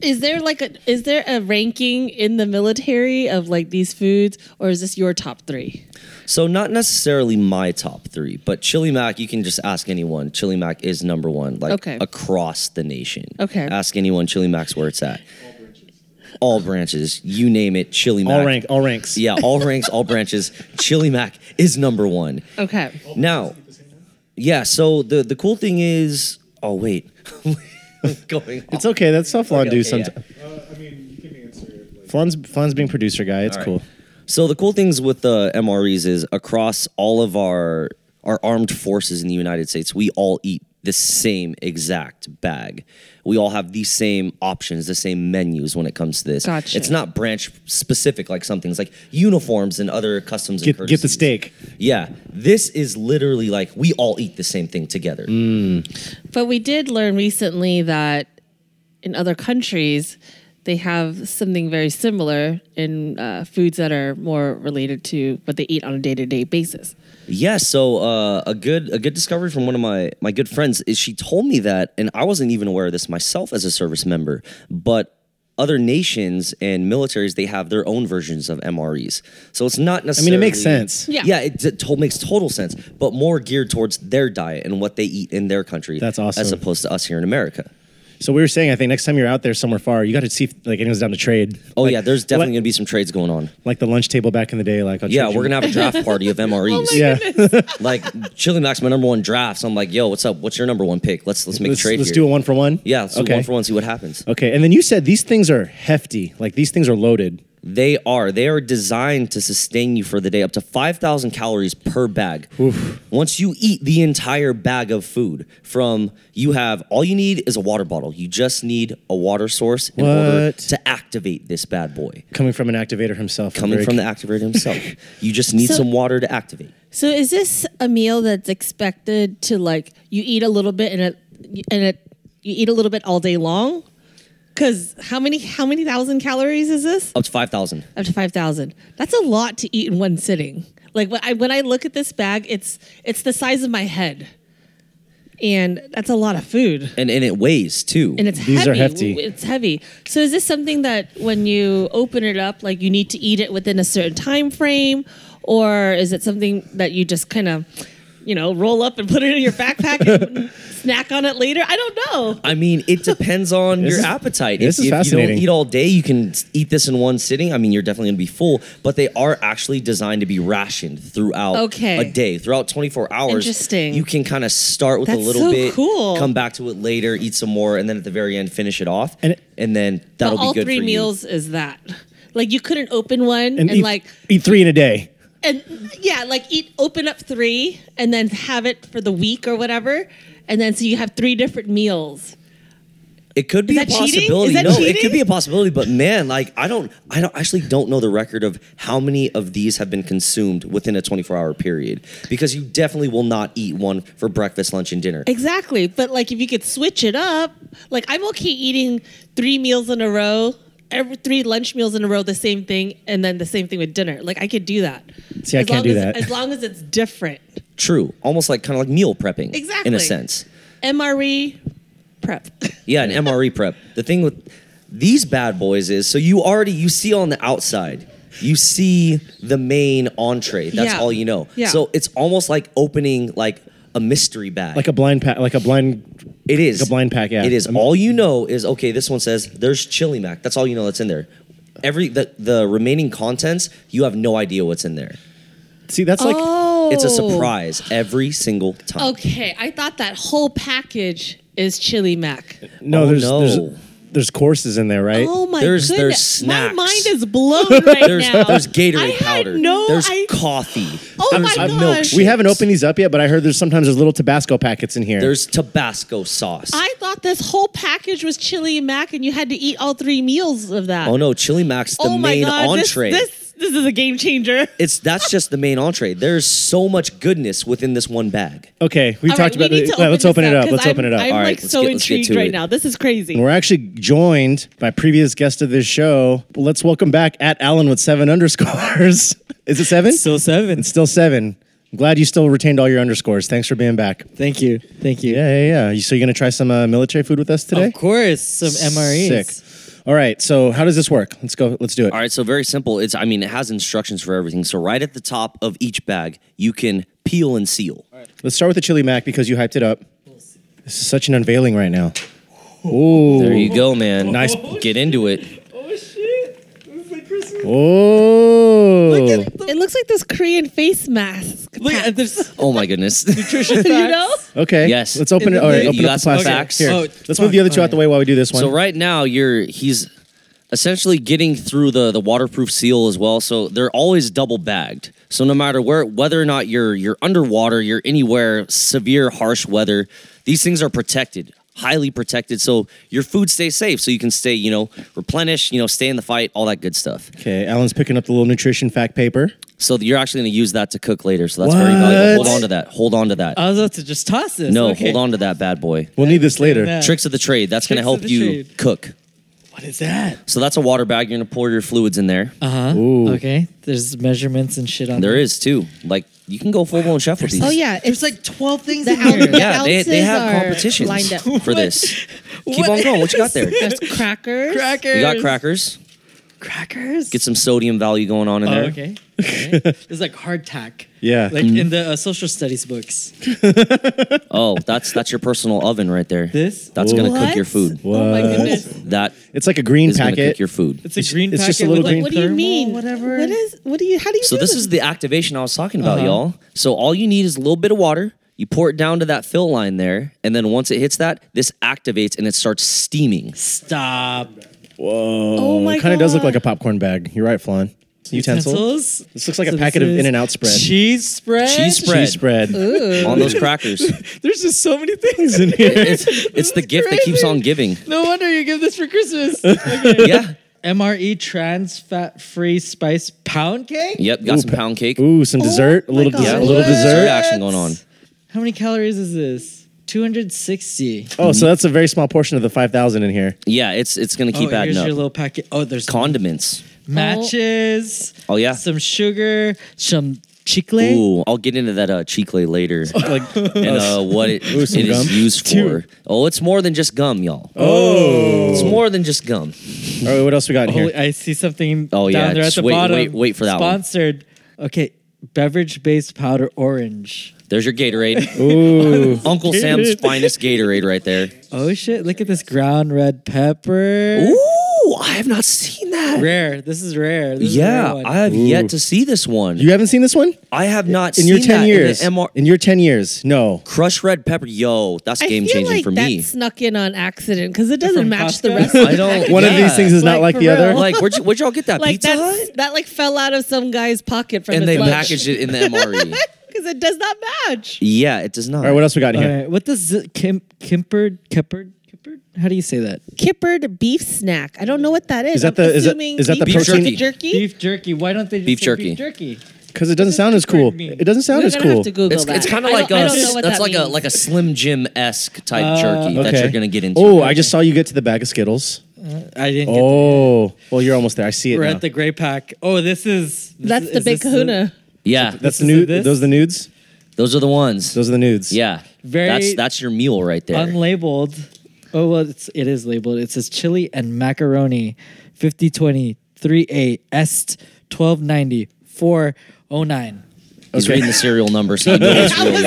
Speaker 5: Is there like a is there a ranking in the military of like these foods, or is this your top three?
Speaker 6: So not necessarily my top three, but chili mac. You can just ask anyone. Chili mac is number one, like
Speaker 5: Okay.
Speaker 6: across the nation.
Speaker 5: Okay.
Speaker 6: Ask anyone. Chili mac's where it's at. All branches, you name it, Chili Mac.
Speaker 1: All rank. All ranks.
Speaker 6: Yeah, all ranks, all branches. Chili Mac is number one.
Speaker 5: Okay.
Speaker 6: Now, yeah. So the the cool thing is, oh wait, I'm going.
Speaker 1: It's okay. That's how Flan
Speaker 6: Okay,
Speaker 1: do
Speaker 6: okay, yeah.
Speaker 1: sometimes. Flan's, Flan's being producer guy. It's cool.
Speaker 6: So the cool things with the MREs is across all of our our armed forces in the United States, we all eat the same exact bag. We all have the same options, the same menus when it comes to this.
Speaker 5: Gotcha.
Speaker 6: It's not branch specific like some things like uniforms and other customs and
Speaker 1: Get, get the
Speaker 6: courtesies.
Speaker 1: steak.
Speaker 6: Yeah, this is literally like we all eat the same thing together.
Speaker 5: But we did learn recently that in other countries, they have something very similar in uh, foods that are more related to what they eat on a day to day basis.
Speaker 6: Yeah, so uh, a good a good discovery from one of my my good friends is she told me that, and I wasn't even aware of this myself as a service member, but other nations and militaries they have their own versions of MREs, so it's not necessarily.
Speaker 1: makes sense.
Speaker 5: Yeah.
Speaker 6: yeah, it, it to- makes total sense, but more geared towards their diet and what they eat in their country.
Speaker 1: That's awesome.
Speaker 6: as opposed to us here in America.
Speaker 1: So we were saying, I think next time you're out there somewhere far, you got to see if like anyone's down to trade.
Speaker 6: Oh
Speaker 1: Like-
Speaker 6: yeah, there's definitely
Speaker 1: like,
Speaker 6: gonna be some trades going on.
Speaker 1: like the lunch table back in the day. Like I'll
Speaker 6: Yeah,
Speaker 1: trade
Speaker 6: we're
Speaker 1: you-
Speaker 6: gonna have a draft party of MREs.
Speaker 1: yeah.
Speaker 6: like Chili Max, my number one draft. So I'm like, yo, what's up? What's your number one pick? Let's let's make
Speaker 1: let's
Speaker 6: a trade.
Speaker 1: let's
Speaker 6: here.
Speaker 1: do a one for one.
Speaker 6: Yeah, let's do
Speaker 1: okay.
Speaker 6: one for one. See what happens.
Speaker 1: Okay, and then you said these things are hefty. Like these things are loaded.
Speaker 6: They are they are designed to sustain you for the day, up to five thousand calories per bag. Once you eat the entire bag of food, from you have all you need is a water bottle. You just need a water source in order
Speaker 1: What?
Speaker 6: to activate this bad boy.
Speaker 1: Coming from an activator himself. I'm
Speaker 6: Coming
Speaker 1: very
Speaker 6: from the activator himself, you just need
Speaker 5: So-
Speaker 6: some water to activate.
Speaker 5: So is this a meal that's expected to like you eat a little bit and it and it you eat a little bit all day long? Cuz how many how many thousand calories is this?
Speaker 6: Up to five thousand.
Speaker 5: Up to 5000. That's a lot to eat in one sitting. Like when I when I look at this bag, it's it's the size of my head. And that's a lot of food.
Speaker 6: And and it weighs too.
Speaker 5: And it's
Speaker 1: These
Speaker 5: heavy.
Speaker 1: are hefty.
Speaker 5: It's heavy. So is this something that when you open it up, like you need to eat it within a certain time frame, or is it something that you just kind of, you know, roll up and put it in your backpack and snack on it later? I don't know.
Speaker 6: I mean, it depends on your
Speaker 1: is-
Speaker 6: appetite.
Speaker 1: this is
Speaker 6: if, if you
Speaker 1: fascinating.
Speaker 6: don't eat all day, you can s- eat this in one sitting. I mean, you're definitely going to be full, but they are actually designed to be rationed throughout
Speaker 5: Okay.
Speaker 6: a day, throughout 24 hours.
Speaker 5: Interesting.
Speaker 6: You can kind of start with a
Speaker 5: That's
Speaker 6: little
Speaker 5: so
Speaker 6: bit,
Speaker 5: cool.
Speaker 6: come back to it later, eat some more, and then at the very end, finish it off.
Speaker 1: And
Speaker 6: And,
Speaker 1: it-
Speaker 6: then that'll
Speaker 5: all
Speaker 6: be good
Speaker 5: three
Speaker 6: for
Speaker 5: meals is that. Like you couldn't open one
Speaker 1: And,
Speaker 5: and,
Speaker 1: eat,
Speaker 5: like
Speaker 1: eat three in a day.
Speaker 5: and yeah, like eat open up three and then have it for the week or whatever. And then so you have three different meals.
Speaker 6: you. It could be
Speaker 5: Is
Speaker 6: a
Speaker 5: that cheating?
Speaker 6: possibility.
Speaker 5: Is that
Speaker 6: no, it
Speaker 5: cheating?
Speaker 6: could be a possibility, but man, like I don't I don't actually don't know the record of how many of these have been consumed within a 24-hour period because you definitely will not eat one for breakfast, lunch and dinner.
Speaker 5: Exactly. But like if you could switch it up, like I'm okay eating three meals in a row, every three lunch meals in a row, the same thing, and then the same thing with dinner. Like I could do that.
Speaker 1: See, I
Speaker 5: As
Speaker 1: can't
Speaker 5: long
Speaker 1: do
Speaker 5: as-
Speaker 1: that.
Speaker 5: As long as it's different.
Speaker 6: True. Almost like kind of like meal prepping. In
Speaker 5: Exactly.
Speaker 6: a sense.
Speaker 5: MRE E prep.
Speaker 6: Yeah, an MRE E prep. The thing with these bad boys is so you already you see on the outside. You see the main entree. That's
Speaker 5: Yeah.
Speaker 6: all you know.
Speaker 5: Yeah.
Speaker 6: So it's almost like opening like a mystery bag.
Speaker 1: Like a blind pack. Like a blind.
Speaker 6: It is
Speaker 1: Like a blind pack, yeah.
Speaker 6: It is.
Speaker 1: Um,
Speaker 6: all you know is okay. This one says there's chili mac. That's all you know that's in there. Every the the remaining contents you have no idea what's in there.
Speaker 1: See, that's like.
Speaker 5: oh.
Speaker 6: It's a surprise every single time.
Speaker 5: Okay. I thought that whole package is Chili Mac.
Speaker 1: No,
Speaker 6: Oh,
Speaker 1: there's,
Speaker 6: no.
Speaker 1: there's there's courses in there, right?
Speaker 5: Oh my
Speaker 6: There's- there's
Speaker 5: goodness.
Speaker 6: snacks.
Speaker 5: My mind is blown right
Speaker 6: There's
Speaker 5: now.
Speaker 6: there's Gatorade
Speaker 5: I had
Speaker 6: powder.
Speaker 5: No,
Speaker 6: there's
Speaker 5: I,
Speaker 6: coffee.
Speaker 5: Oh
Speaker 6: there's
Speaker 5: my
Speaker 6: a
Speaker 5: gosh.
Speaker 6: milkshake.
Speaker 1: we haven't opened these up yet, but I heard there's sometimes there's little Tabasco packets in here.
Speaker 6: There's Tabasco sauce.
Speaker 5: I thought this whole package was chili and mac, and you had to eat all three meals of that.
Speaker 6: oh no, chili mac's the
Speaker 5: Oh my
Speaker 6: main
Speaker 5: god! this-
Speaker 6: entree.
Speaker 5: This, this is a game changer.
Speaker 6: It's that's just the main entree. There's so much goodness within this one bag.
Speaker 1: okay, we
Speaker 5: All
Speaker 1: talked
Speaker 5: right,
Speaker 1: about
Speaker 5: we
Speaker 1: it.
Speaker 5: need to
Speaker 1: Yeah, let's
Speaker 5: this
Speaker 1: open it up.
Speaker 5: 'cause
Speaker 1: Let's
Speaker 5: I'm-
Speaker 1: open it up.
Speaker 5: I'm
Speaker 6: All right,
Speaker 5: like
Speaker 6: let's
Speaker 5: so
Speaker 6: get- let's get
Speaker 5: intrigued
Speaker 6: to
Speaker 5: right
Speaker 6: it.
Speaker 5: now. This is crazy.
Speaker 1: We're actually joined by previous guest of this show. Let's welcome back at Allen with seven underscores. Is it seven?
Speaker 7: Still seven.
Speaker 1: It's still seven. I'm glad you still retained all your underscores. Thanks for being back.
Speaker 7: Thank you. Thank you.
Speaker 1: Yeah, yeah, yeah. So you're gonna try some uh, military food with us today?
Speaker 7: Of course, some MREs.
Speaker 1: Sick. All right. So how does this work? Let's go. Let's do it.
Speaker 6: All right, so very simple. It's I mean it has instructions for everything. So right at the top of each bag, you can peel and seal.
Speaker 1: Let's start with the chili mac because you hyped it up. This is such an unveiling right now. Ooh.
Speaker 6: There you go, man.
Speaker 1: Nice.
Speaker 6: Get into it.
Speaker 1: Oh.
Speaker 5: It looks like this Korean face mask.
Speaker 7: Look,
Speaker 5: pack,
Speaker 7: at this
Speaker 6: Oh my goodness.
Speaker 7: nutrition
Speaker 5: you know?
Speaker 1: Okay.
Speaker 6: Yes.
Speaker 1: Let's open it.
Speaker 7: You-
Speaker 1: All right.
Speaker 6: you
Speaker 1: Open
Speaker 6: got
Speaker 1: up the
Speaker 6: some
Speaker 1: plastic.
Speaker 6: facts?
Speaker 1: Here.
Speaker 7: Oh,
Speaker 1: Let's move the other two out the way while we do this one.
Speaker 6: So right now you're he's essentially getting through the the waterproof seal as well. So they're always double bagged. So no matter where, whether or not you're you're underwater, you're anywhere severe harsh weather, these things are protected, highly protected. So your food stays safe, so you can stay, you know, replenish, you know, stay in the fight, all that good stuff.
Speaker 1: Okay, Alan's picking up the little nutrition fact paper.
Speaker 6: So that you're actually going to use that to cook later. So that's very valuable. Hold
Speaker 1: What?
Speaker 6: on to that. Hold on to that.
Speaker 7: I was about to just toss this.
Speaker 6: no,
Speaker 7: Okay.
Speaker 6: hold on to that bad boy.
Speaker 1: We'll need this later.
Speaker 7: Yeah.
Speaker 6: Tricks of the trade. That's going to
Speaker 7: Tricks
Speaker 6: help
Speaker 7: of the
Speaker 6: you
Speaker 7: trade.
Speaker 6: cook.
Speaker 7: What is that?
Speaker 6: So that's a water bag. You're going to pour your fluids in there.
Speaker 7: Uh
Speaker 1: Ooh.
Speaker 7: huh. Okay. There's measurements and shit on
Speaker 6: There is too. Like you can go full blown chef with these.
Speaker 5: Oh yeah,
Speaker 7: There's
Speaker 5: it's
Speaker 7: like 12 things
Speaker 5: the,
Speaker 7: in here.
Speaker 5: ounce- the
Speaker 6: Yeah, they, they
Speaker 5: ounces
Speaker 6: have
Speaker 5: are
Speaker 6: competitions
Speaker 5: lined up.
Speaker 6: for this. Keep on going. What you got there? You
Speaker 5: There's crackers.
Speaker 7: Crackers.
Speaker 6: got crackers.
Speaker 7: Crackers.
Speaker 6: Get some sodium value going on in
Speaker 7: oh,
Speaker 6: there.
Speaker 7: okay. okay. It's like hardtack.
Speaker 1: Yeah. Mm-hmm.
Speaker 7: Like in the uh, social studies books.
Speaker 6: Oh, that's that's your personal oven right there.
Speaker 7: This?
Speaker 6: That's gonna cook
Speaker 5: What?
Speaker 6: your food.
Speaker 5: Oh my
Speaker 1: What?
Speaker 5: goodness.
Speaker 6: That
Speaker 1: It's like a green
Speaker 6: is gonna cook
Speaker 1: packet.
Speaker 6: your food.
Speaker 7: It's a green
Speaker 1: it's
Speaker 7: packet.
Speaker 1: just a little
Speaker 7: with,
Speaker 1: green-
Speaker 7: Like,
Speaker 5: What do you
Speaker 7: thermal,
Speaker 5: mean?
Speaker 7: Whatever.
Speaker 5: What is? What do you? How do you?
Speaker 6: So
Speaker 5: do
Speaker 6: this is the activation I was talking about, y'all. So all you need is a little bit of water. You pour it down to that fill line there, and then once it hits that, this activates and it starts steaming.
Speaker 7: Stop.
Speaker 5: Oh my
Speaker 1: It kind of does look
Speaker 5: God.
Speaker 1: like a popcorn bag. You're right, Flan. Utensil.
Speaker 7: Utensils.
Speaker 1: This looks like a
Speaker 7: So
Speaker 1: packet of
Speaker 7: this is
Speaker 1: In-N-Out spread.
Speaker 7: Cheese spread.
Speaker 6: Cheese spread.
Speaker 1: Cheese spread
Speaker 6: on those crackers.
Speaker 7: There's just so many things.
Speaker 1: in here.
Speaker 6: It's it's the gift that keeps
Speaker 7: crazy.
Speaker 6: on giving.
Speaker 7: No wonder you give this for Christmas.
Speaker 6: Yeah.
Speaker 7: MRE E trans fat free spice pound cake.
Speaker 6: Yep. Got some pound cake.
Speaker 1: Ooh, some dessert. A
Speaker 5: my
Speaker 1: little,
Speaker 5: God.
Speaker 1: des-
Speaker 6: Yeah.
Speaker 1: a little
Speaker 7: What?
Speaker 6: Dessert
Speaker 1: dessert.
Speaker 6: action going on.
Speaker 7: How many calories is this? 260.
Speaker 1: Oh, so that's a very small portion of the five thousand in here.
Speaker 6: Yeah, it's it's gonna keep
Speaker 7: oh,
Speaker 6: adding
Speaker 7: here's
Speaker 6: up.
Speaker 7: your little packet. Oh, there's
Speaker 6: Condiments.
Speaker 7: matches.
Speaker 6: Oh yeah.
Speaker 7: Some sugar. Some chicle.
Speaker 6: Ooh, I'll get into that uh, chicle later
Speaker 1: Like,
Speaker 6: and uh, what it, it is
Speaker 1: some gum?
Speaker 6: used for.
Speaker 1: Dude.
Speaker 6: Oh, it's more than just gum, y'all.
Speaker 1: oh.
Speaker 6: It's more than just gum.
Speaker 1: All right, what else we got in
Speaker 7: Oh,
Speaker 1: here?
Speaker 7: I see something
Speaker 6: Oh,
Speaker 7: down
Speaker 6: yeah,
Speaker 7: there at
Speaker 6: just
Speaker 7: the
Speaker 6: wait-
Speaker 7: bottom.
Speaker 6: wait- wait for that one.
Speaker 7: Sponsored. Okay. Beverage based powder orange.
Speaker 6: There's your Gatorade.
Speaker 1: Ooh,
Speaker 6: Uncle Sam's finest Gatorade right there.
Speaker 7: Oh shit! Look at this ground red pepper.
Speaker 6: Ooh, I have not seen that.
Speaker 7: Rare. This is rare. This is a rare
Speaker 6: Yeah,
Speaker 7: one.
Speaker 6: I have yet to see this one.
Speaker 1: you haven't seen this one
Speaker 6: I have not
Speaker 1: in your
Speaker 6: seen
Speaker 1: ten
Speaker 6: that
Speaker 1: years.
Speaker 6: In, the MR-
Speaker 1: in your ten years, no.
Speaker 6: Crush red pepper, yo, that's
Speaker 5: I
Speaker 6: game
Speaker 5: feel
Speaker 6: changing
Speaker 5: like
Speaker 6: for
Speaker 5: that
Speaker 6: me.
Speaker 5: snuck in on accident because it doesn't
Speaker 7: From
Speaker 5: match
Speaker 7: Costco?
Speaker 5: the rest.
Speaker 6: I
Speaker 5: of
Speaker 6: don't.
Speaker 1: One of
Speaker 6: yeah.
Speaker 1: these things is not like
Speaker 5: Like, for
Speaker 1: the other.
Speaker 5: real.
Speaker 6: like where'd, you, where'd y'all get that
Speaker 5: Like
Speaker 6: pizza? Hut?
Speaker 5: that's, that like fell out of some guy's pocket from
Speaker 6: And
Speaker 5: his
Speaker 6: they
Speaker 5: lunch.
Speaker 6: packaged it in the MRE.
Speaker 5: because it does not match.
Speaker 6: yeah, it does not.
Speaker 1: All right, what else we got in
Speaker 7: All
Speaker 1: here?
Speaker 7: right. What does it- Kim Kimperd Kipperd Kipperd? How do you say that?
Speaker 5: Kippered beef snack. I don't know what that is.
Speaker 1: Is that the-
Speaker 5: I'm
Speaker 1: is that-
Speaker 5: assuming
Speaker 1: is that the
Speaker 5: beef
Speaker 6: protein-
Speaker 5: jerky? jerky?
Speaker 7: Beef jerky. Why don't they just
Speaker 6: Beef
Speaker 7: say
Speaker 6: jerky.
Speaker 7: beef jerky?
Speaker 1: Because it doesn't sound as cool.
Speaker 7: mean?
Speaker 1: It doesn't sound
Speaker 5: We're
Speaker 1: as
Speaker 5: gonna
Speaker 1: cool.
Speaker 5: have to Google
Speaker 6: It's,
Speaker 5: that.
Speaker 6: it's kind of
Speaker 5: I
Speaker 6: like
Speaker 5: don't- I
Speaker 6: a
Speaker 5: don't know what
Speaker 6: that's
Speaker 5: that
Speaker 6: like a
Speaker 5: means. Uh,
Speaker 6: like a Slim Jim esque type jerky that you're gonna get into.
Speaker 1: Oh, I just saw you get to the bag of Skittles.
Speaker 7: I didn't. get
Speaker 1: Oh, well, you're almost there. I see it
Speaker 7: We're
Speaker 1: now.
Speaker 7: at the gray pack. Oh, this is. This
Speaker 5: That's
Speaker 7: is,
Speaker 5: the
Speaker 7: is
Speaker 5: big
Speaker 7: this
Speaker 5: kahuna.
Speaker 6: yeah,
Speaker 1: That's
Speaker 7: this
Speaker 1: the
Speaker 7: is
Speaker 1: nude.
Speaker 7: this?
Speaker 1: Those are the nudes.
Speaker 6: those are the ones.
Speaker 1: Those are the nudes.
Speaker 6: yeah,
Speaker 7: Very-
Speaker 6: that's that's your meal right
Speaker 7: the
Speaker 6: there.
Speaker 7: unlabeled. Oh well, it's it is labeled. It says chili and macaroni, 50 20 3 8 est 1290 409.
Speaker 6: He's reading the serial number, so you know it's real.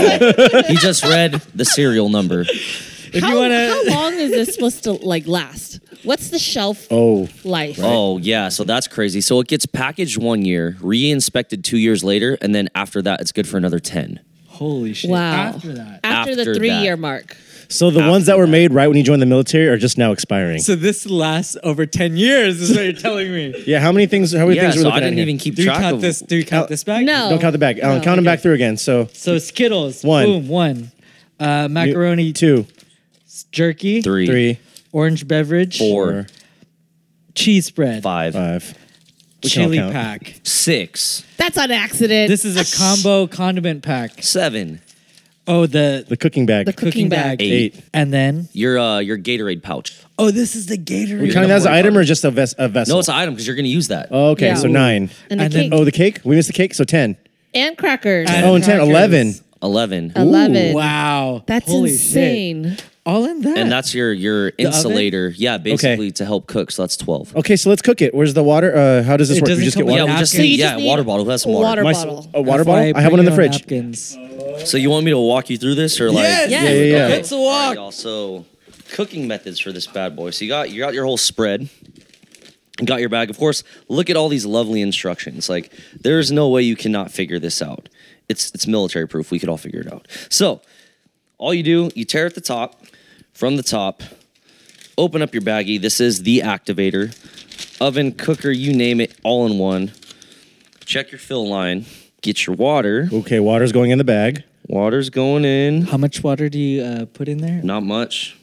Speaker 6: y'all. He just read the serial number.
Speaker 7: If
Speaker 5: How,
Speaker 7: you wanna,
Speaker 5: how long is this supposed to like last? What's the shelf
Speaker 1: Oh,
Speaker 5: life?
Speaker 6: Oh yeah, so that's crazy. So it gets packaged one year, reinspected two years later, and then after that, it's good for another ten.
Speaker 7: holy shit!
Speaker 5: Wow.
Speaker 7: After that.
Speaker 5: After the
Speaker 6: After
Speaker 5: three
Speaker 6: that.
Speaker 5: year mark.
Speaker 1: so the ones that were made right when you joined the military are just now expiring.
Speaker 7: So this lasts over 10 years, is what you're telling me.
Speaker 1: yeah, how many things? How many
Speaker 6: Yeah,
Speaker 1: things were
Speaker 6: so
Speaker 1: looking
Speaker 6: I
Speaker 1: at
Speaker 6: didn't
Speaker 1: here?
Speaker 6: even keep
Speaker 7: Do you
Speaker 6: track
Speaker 7: count
Speaker 6: of Oh.
Speaker 7: this? Do you count this back?
Speaker 5: No.
Speaker 1: Don't count the bag. Alan,
Speaker 5: No,
Speaker 1: count them
Speaker 5: okay.
Speaker 1: back through again. So
Speaker 7: So Skittles,
Speaker 1: One.
Speaker 7: boom, one. Uh, macaroni,
Speaker 1: two,
Speaker 7: jerky,
Speaker 6: three,
Speaker 1: three,
Speaker 7: orange beverage,
Speaker 6: four,
Speaker 7: cheese spread,
Speaker 6: five,
Speaker 1: five. We can all
Speaker 7: chili
Speaker 1: count.
Speaker 7: pack.
Speaker 6: six,
Speaker 5: That's an accident.
Speaker 7: This is a combo condiment pack.
Speaker 6: seven,
Speaker 7: Oh, the,
Speaker 1: The cooking bag.
Speaker 5: The
Speaker 7: cooking bag.
Speaker 6: Eight.
Speaker 7: And then,
Speaker 6: your uh, your Gatorade pouch.
Speaker 7: oh, this is the Gatorade.
Speaker 1: We counting that as an item or just a, ves- a vessel?
Speaker 6: No, it's an item because you're gonna use that.
Speaker 1: Oh, okay,
Speaker 5: Yeah.
Speaker 1: so nine.
Speaker 5: and, the
Speaker 7: and then-
Speaker 5: cake.
Speaker 1: Oh, the cake? We missed the cake, so 10.
Speaker 5: and crackers.
Speaker 7: And
Speaker 1: oh, and 10,
Speaker 7: crackers.
Speaker 1: 11.
Speaker 6: Eleven.
Speaker 5: Oh. Eleven.
Speaker 7: Wow.
Speaker 5: That's
Speaker 7: Holy shit.
Speaker 5: insane.
Speaker 7: All in that.
Speaker 6: and that's your your
Speaker 7: oven?
Speaker 6: insulator. Yeah, basically to help cook. So that's twelve.
Speaker 1: Okay, so let's cook it. Where's the water? Uh, how does this
Speaker 7: It
Speaker 1: work? You
Speaker 7: doesn't
Speaker 1: just get
Speaker 7: come
Speaker 1: water?
Speaker 6: Yeah, we
Speaker 7: Napkin.
Speaker 6: just
Speaker 7: So you
Speaker 6: need, yeah
Speaker 5: just need
Speaker 6: water bottle. Who has some
Speaker 5: water
Speaker 6: water?
Speaker 1: My-
Speaker 5: bottle.
Speaker 1: A water
Speaker 7: That's why
Speaker 1: bottle? I have
Speaker 7: bring
Speaker 1: one in the
Speaker 7: your own
Speaker 1: fridge.
Speaker 7: Napkins.
Speaker 6: So you want me to walk you through this or like?
Speaker 7: Yes!
Speaker 5: Yeah, yeah,
Speaker 1: yeah.
Speaker 6: Okay.
Speaker 7: Let's
Speaker 6: All right,
Speaker 7: walk.
Speaker 6: y'all. So cooking methods for this bad boy. So you got you got your whole spread. You Got your bag. Of course, look at all these lovely instructions. Like there's no way you cannot figure this out. It's it's military proof. We could all figure it out. So all you do, you tear at the top. From the top, open up your baggie. This is the activator. oven, cooker, you name it, all in one. Check your fill line. Get your water.
Speaker 1: Okay, water's going in the bag.
Speaker 6: Water's going in.
Speaker 7: How much water do you uh, put in there?
Speaker 6: Not much.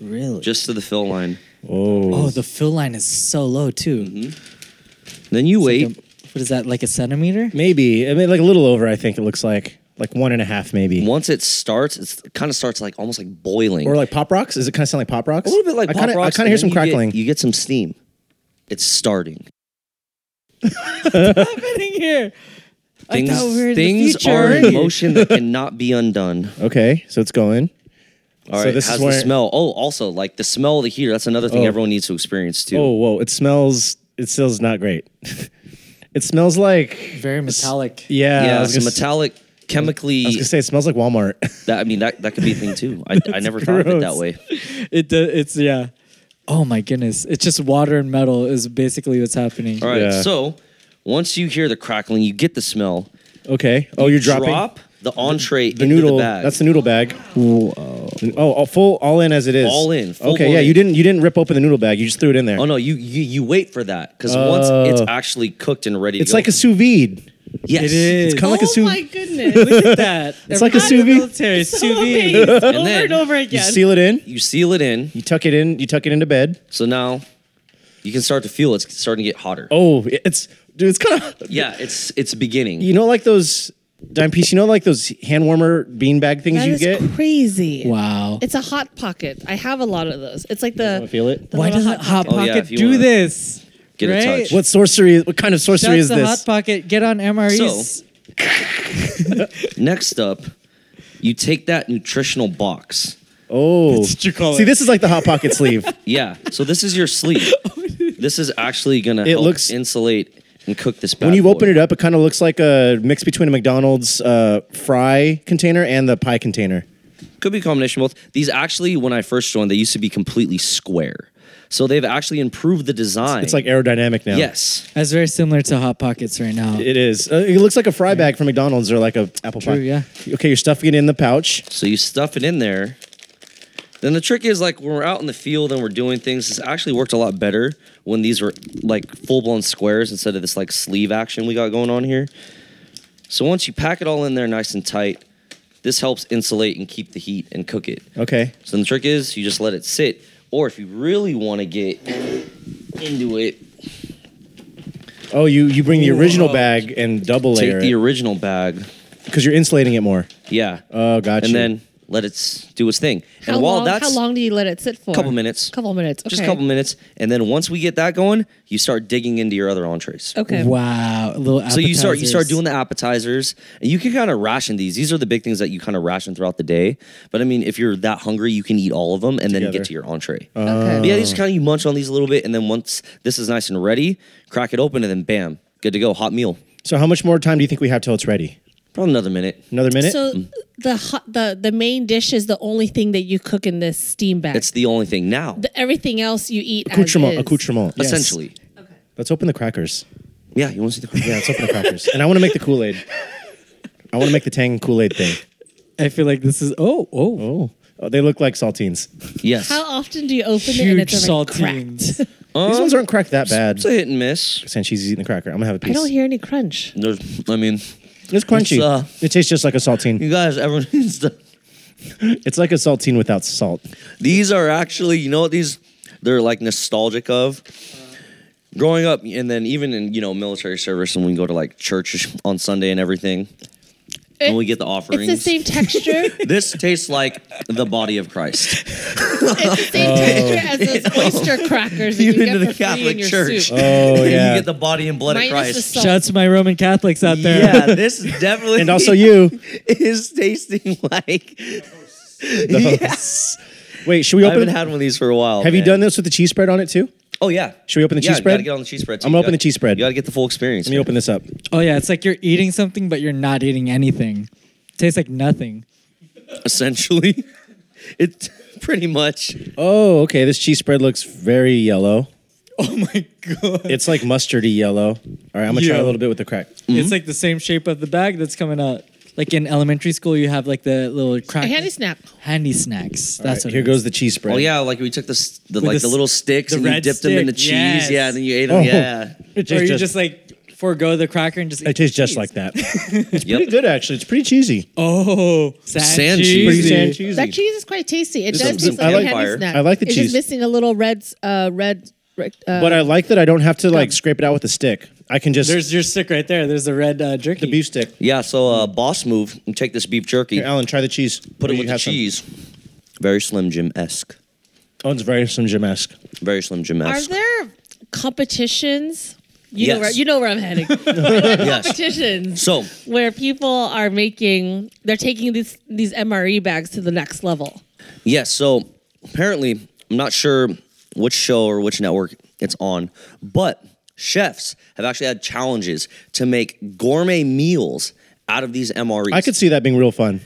Speaker 7: Really?
Speaker 6: Just to the fill line.
Speaker 1: Oh,
Speaker 7: oh, the fill line is so low too.
Speaker 1: Mm-hmm.
Speaker 6: Then you
Speaker 7: It's
Speaker 6: wait.
Speaker 7: like a- what is that? Like a centimeter?
Speaker 1: maybe. I mean, like a little over. I think it looks like like one and a half, maybe.
Speaker 6: Once it starts, it's, it kind of starts like almost like boiling.
Speaker 1: Or like pop rocks? Is it kind of sound like pop rocks?
Speaker 6: a little bit like
Speaker 1: I
Speaker 6: pop
Speaker 1: kinda,
Speaker 6: rocks.
Speaker 1: I kind of
Speaker 6: and
Speaker 1: hear
Speaker 6: then
Speaker 1: some
Speaker 6: you get-
Speaker 1: crackling.
Speaker 6: you get some steam. It's starting.
Speaker 7: happening here?
Speaker 6: Things,
Speaker 7: I thought we were in
Speaker 6: things
Speaker 7: the future.
Speaker 6: are in motion that cannot be undone.
Speaker 1: okay, so it's going.
Speaker 6: All right,
Speaker 1: So this
Speaker 6: how's
Speaker 1: is where-
Speaker 6: the smell? Oh, also like the smell of the heater. That's another thing
Speaker 1: Oh.
Speaker 6: everyone needs to experience too.
Speaker 1: Oh, whoa! It smells. It smells not great. it smells like
Speaker 7: Very metallic.
Speaker 1: yeah. I
Speaker 6: yeah,
Speaker 1: was
Speaker 6: it's
Speaker 1: gonna s-
Speaker 6: metallic, chemically.
Speaker 1: I was gonna say it smells like Walmart.
Speaker 6: that I mean, that, that could be a thing too. I, I never thought of it that
Speaker 7: gross.
Speaker 6: way.
Speaker 7: It do, it's yeah. Oh my goodness! It's just water and metal is basically what's happening.
Speaker 6: All right,
Speaker 1: Yeah.
Speaker 6: so once you hear the crackling, you get the smell.
Speaker 1: okay. Oh, you're dropping
Speaker 6: Drop the entree
Speaker 1: the
Speaker 6: into
Speaker 1: noodle.
Speaker 6: the bag.
Speaker 1: That's the noodle bag. Oh, all full all in as it is.
Speaker 6: All in, full
Speaker 1: okay.
Speaker 6: all
Speaker 1: yeah.
Speaker 6: in.
Speaker 1: You didn't you didn't rip open the noodle bag. You just threw it in there.
Speaker 6: Oh no, you you, you wait for that because once
Speaker 1: Oh.
Speaker 6: it's actually cooked and ready, to
Speaker 1: It's
Speaker 6: go-
Speaker 1: like a sous vide.
Speaker 6: yes,
Speaker 7: It is.
Speaker 1: It's kind of like a
Speaker 5: oh
Speaker 1: sous.
Speaker 5: my goodness.
Speaker 7: Look at that.
Speaker 1: It's like a
Speaker 7: Everybody in the
Speaker 1: sous vide.
Speaker 7: Military sous vide.
Speaker 5: Amazing. over
Speaker 1: Oh,
Speaker 5: and,
Speaker 6: then
Speaker 5: over
Speaker 1: You
Speaker 5: again.
Speaker 1: seal it in.
Speaker 6: You seal it in,
Speaker 1: You tuck it in. You tuck it into bed.
Speaker 6: so now you can start to feel it's starting to get hotter.
Speaker 1: Oh, it's dude. It's kind of
Speaker 6: Yeah, it's it's beginning.
Speaker 1: you know like those dime piece. You know like those hand warmer beanbag things
Speaker 5: That
Speaker 1: you
Speaker 5: is
Speaker 1: get.
Speaker 5: crazy.
Speaker 7: Wow.
Speaker 5: It's a hot pocket. I have a lot of those. It's like the
Speaker 1: wanna feel it?
Speaker 5: the
Speaker 7: Why
Speaker 5: little
Speaker 7: doesn't Hot
Speaker 6: Oh,
Speaker 7: Pocket
Speaker 6: yeah, if you
Speaker 7: do
Speaker 6: wanna
Speaker 7: this?
Speaker 6: get in
Speaker 7: right?
Speaker 6: touch.
Speaker 1: What sorcery? What kind of sorcery
Speaker 7: That's
Speaker 1: is
Speaker 7: the
Speaker 1: this?
Speaker 7: Hot Pocket. Get on MREs.
Speaker 6: So- Next up, you take that nutritional box.
Speaker 1: Oh,
Speaker 7: what you call
Speaker 1: see,
Speaker 7: it.
Speaker 1: this is like the hot pocket sleeve.
Speaker 6: Yeah, so this is your sleeve.
Speaker 1: Oh,
Speaker 6: this is actually gonna help
Speaker 1: looks-
Speaker 6: insulate and cook this. Bad
Speaker 1: when you
Speaker 6: boy.
Speaker 1: open it up, it kind of looks like a mix between a McDonald's uh, fry container and the pie container.
Speaker 6: Could be a combination of both. These actually, when I first joined, they used to be completely square. So they've actually improved the design.
Speaker 1: It's like aerodynamic now.
Speaker 6: yes,
Speaker 7: That's very similar to Hot Pockets right now.
Speaker 1: it is. Uh, it looks like a fry bag from McDonald's or like a apple
Speaker 7: True,
Speaker 1: pie.
Speaker 7: yeah.
Speaker 1: Okay, you're stuffing it in the pouch.
Speaker 6: so you stuff it in there. Then the trick is like when we're out in the field and we're doing things. This actually worked a lot better when these were like full blown squares instead of this like sleeve action we got going on here. So once you pack it all in there nice and tight, this helps insulate and keep the heat and cook it.
Speaker 1: Okay.
Speaker 6: So then the trick is you just let it sit, or if you really want to get into it,
Speaker 1: Oh, you you bring the original
Speaker 6: Whoa.
Speaker 1: bag and double
Speaker 6: take
Speaker 1: layer
Speaker 6: the original bag.
Speaker 1: because you're insulating it more.
Speaker 6: Yeah.
Speaker 1: Oh, gotcha.
Speaker 6: and then let it s- do its thing.
Speaker 5: How
Speaker 6: and while
Speaker 5: long,
Speaker 6: that's
Speaker 5: how long do you let it sit for?
Speaker 6: Couple minutes.
Speaker 5: Couple minutes. Okay.
Speaker 6: just a couple minutes, and then once we get that going, you start digging into your other entrees.
Speaker 5: Okay.
Speaker 7: Wow. Little
Speaker 6: So you start you start
Speaker 7: appetizers.
Speaker 6: doing the appetizers, and you can kind of ration these. These are the big things that you kind of ration throughout the day. But I mean, if you're that hungry, you can eat all of them and then
Speaker 1: Together. Uh,
Speaker 6: get to your entree.
Speaker 5: Okay.
Speaker 6: But yeah, you just kind of you munch on these a little bit, and then once this is nice and ready, crack it open, and then bam, good to go, hot meal.
Speaker 1: so how much more time do you think we have till it's ready?
Speaker 6: Probably another minute.
Speaker 1: Another minute.
Speaker 5: So
Speaker 6: Mm.
Speaker 5: the hot, the the main dish is the only thing that you cook in this steam bag.
Speaker 6: That's the only thing now,
Speaker 5: The- everything else you eat.
Speaker 1: accoutrement.
Speaker 5: As is.
Speaker 1: Accoutrement. Yes.
Speaker 6: essentially.
Speaker 1: Let's open the crackers.
Speaker 6: Yeah, you want to see the
Speaker 1: Yeah, let's open the crackers. And I want to make the Kool Aid. I want to make the Tang Kool Aid thing.
Speaker 7: I feel like this is oh oh,
Speaker 1: Oh. oh, they look like saltines.
Speaker 6: Yes,
Speaker 5: How often do you open it and
Speaker 7: huge
Speaker 5: it's already cracked?
Speaker 7: saltines.
Speaker 6: Uh,
Speaker 1: These ones aren't cracked that bad.
Speaker 6: it's a hit and miss.
Speaker 1: Since she's eating the cracker, I'm gonna have a piece.
Speaker 5: I don't hear any crunch.
Speaker 6: There's, I mean,
Speaker 1: It's crunchy.
Speaker 6: It's, uh,
Speaker 1: it tastes just like a saltine.
Speaker 6: you guys, everyone needs to.
Speaker 1: It's like a saltine without salt.
Speaker 6: These are actually, you know what these they're like nostalgic of? Growing up and then even in, you know, military service and we go to like church on Sunday and everything. and we get the offerings.
Speaker 5: It's the same texture.
Speaker 6: This tastes like the body of Christ.
Speaker 5: it's the same
Speaker 6: Oh.
Speaker 5: texture as those oyster crackers that you
Speaker 6: Even
Speaker 5: get
Speaker 6: Oh. to
Speaker 5: for
Speaker 6: the
Speaker 5: free in
Speaker 6: Catholic
Speaker 5: your
Speaker 6: Church.
Speaker 5: soup.
Speaker 1: Oh
Speaker 6: You
Speaker 1: yeah.
Speaker 6: get the body and blood
Speaker 5: Minus
Speaker 6: of
Speaker 5: the
Speaker 6: Christ.
Speaker 5: salt.
Speaker 7: Shout out to my Roman Catholics out there.
Speaker 6: Yeah, this is definitely
Speaker 1: and also you.
Speaker 6: is tasting like
Speaker 1: Yes. Wait, should we
Speaker 6: I haven't
Speaker 1: open?
Speaker 6: had one of these for a while.
Speaker 1: have you
Speaker 6: man.
Speaker 1: done this with the cheese spread on it too?
Speaker 6: Oh yeah.
Speaker 1: Should we open the
Speaker 6: yeah,
Speaker 1: cheese
Speaker 6: You
Speaker 1: spread?
Speaker 6: gotta get on the cheese spread. too.
Speaker 1: I'm gonna
Speaker 6: You
Speaker 1: open the
Speaker 6: gotta-
Speaker 1: cheese spread.
Speaker 6: You gotta get the full experience.
Speaker 1: Let me open this up.
Speaker 7: Oh yeah, it's like you're eating something but you're not eating anything. tastes like nothing.
Speaker 6: Essentially, it's pretty much.
Speaker 1: Oh, okay. This cheese spread looks very yellow.
Speaker 7: Oh my god.
Speaker 1: It's like mustardy yellow. All right, I'm gonna try
Speaker 7: Yeah.
Speaker 1: a little bit with the crack.
Speaker 7: It's like the same shape of the bag that's coming out. like in elementary school, you have like the little crack
Speaker 5: handy snack.
Speaker 7: handy snacks. That's
Speaker 1: All right,
Speaker 7: what
Speaker 1: here
Speaker 7: it
Speaker 1: goes
Speaker 7: is.
Speaker 1: the cheese spread.
Speaker 6: Oh yeah, like we took the, s- the
Speaker 7: With
Speaker 6: like
Speaker 7: the
Speaker 6: the
Speaker 7: s-
Speaker 6: little sticks
Speaker 7: the
Speaker 6: and you
Speaker 7: red
Speaker 6: dipped them in the cheese.
Speaker 7: stick, yes.
Speaker 6: Yeah, and then you ate them.
Speaker 1: Oh.
Speaker 6: Yeah,
Speaker 1: It
Speaker 7: or
Speaker 1: tastes
Speaker 7: you
Speaker 1: just,
Speaker 7: just, like forego the cracker and just.
Speaker 1: it
Speaker 7: eat
Speaker 1: tastes just
Speaker 7: cheese.
Speaker 1: like that. It's pretty
Speaker 6: Yep.
Speaker 1: good actually. It's pretty cheesy.
Speaker 7: Oh, sand,
Speaker 6: Sand cheese.
Speaker 7: cheese.
Speaker 1: Pretty
Speaker 6: Cheesy.
Speaker 1: sand cheesy.
Speaker 8: That cheese is quite tasty. It
Speaker 6: This
Speaker 8: does
Speaker 6: is
Speaker 8: taste
Speaker 6: some
Speaker 8: like a
Speaker 6: campfire.
Speaker 8: handy snack.
Speaker 1: I like the
Speaker 8: it's
Speaker 1: cheese.
Speaker 8: just missing a little red, uh, red. Uh,
Speaker 1: but I like that I don't have to like scrape it out with a stick. I can just
Speaker 7: There's your stick right there. There's the red uh, jerky.
Speaker 1: the beef stick.
Speaker 6: yeah. So uh, boss move. You take this beef jerky,
Speaker 1: Here, Alan, try the cheese.
Speaker 6: put
Speaker 1: Or
Speaker 6: it
Speaker 1: you
Speaker 6: with the
Speaker 1: have some.
Speaker 6: cheese. Very Slim Jim esque.
Speaker 1: Oh, it's very some Jim-esque.
Speaker 6: Very Slim Jim
Speaker 5: Are
Speaker 6: esque.
Speaker 5: there competitions? You
Speaker 6: Yes.
Speaker 5: know where you know where I'm heading.
Speaker 6: Yes.
Speaker 5: competitions
Speaker 6: So
Speaker 5: where people are making they're taking these these MRE bags to the next level.
Speaker 6: Yes. so apparently, I'm not sure which show or which network it's on, but chefs have actually had challenges to make gourmet meals out of these MREs.
Speaker 1: I could see that being real fun.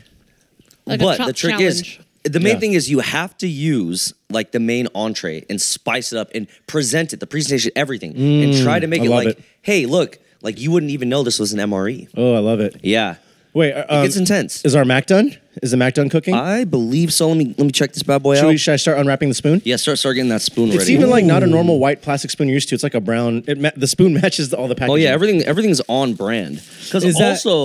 Speaker 5: Like a
Speaker 6: but
Speaker 5: chop
Speaker 6: the trick
Speaker 5: challenge.
Speaker 6: is the main
Speaker 1: Yeah.
Speaker 6: thing is you have to use like the main entree and spice it up and present it, the presentation, everything, and try to make
Speaker 1: Mm, I
Speaker 6: it
Speaker 1: love
Speaker 6: like,
Speaker 1: it.
Speaker 6: hey, look, like you wouldn't even know this was an MRE.
Speaker 1: Oh, I love it.
Speaker 6: Yeah.
Speaker 1: Wait, uh, um,
Speaker 6: it gets intense.
Speaker 1: Is our mac done? Is the mac done cooking?
Speaker 6: I believe so. Let me let me check this bad boy
Speaker 1: should,
Speaker 6: out.
Speaker 1: we, should I start unwrapping the spoon?
Speaker 6: yeah, start start getting that spoon
Speaker 1: It's
Speaker 6: ready.
Speaker 1: even like not a normal white plastic spoon you're used to. It's like a brown. It ma- the spoon matches all the packaging.
Speaker 6: Oh yeah, everything everything's on brand. Because
Speaker 7: Is
Speaker 6: also,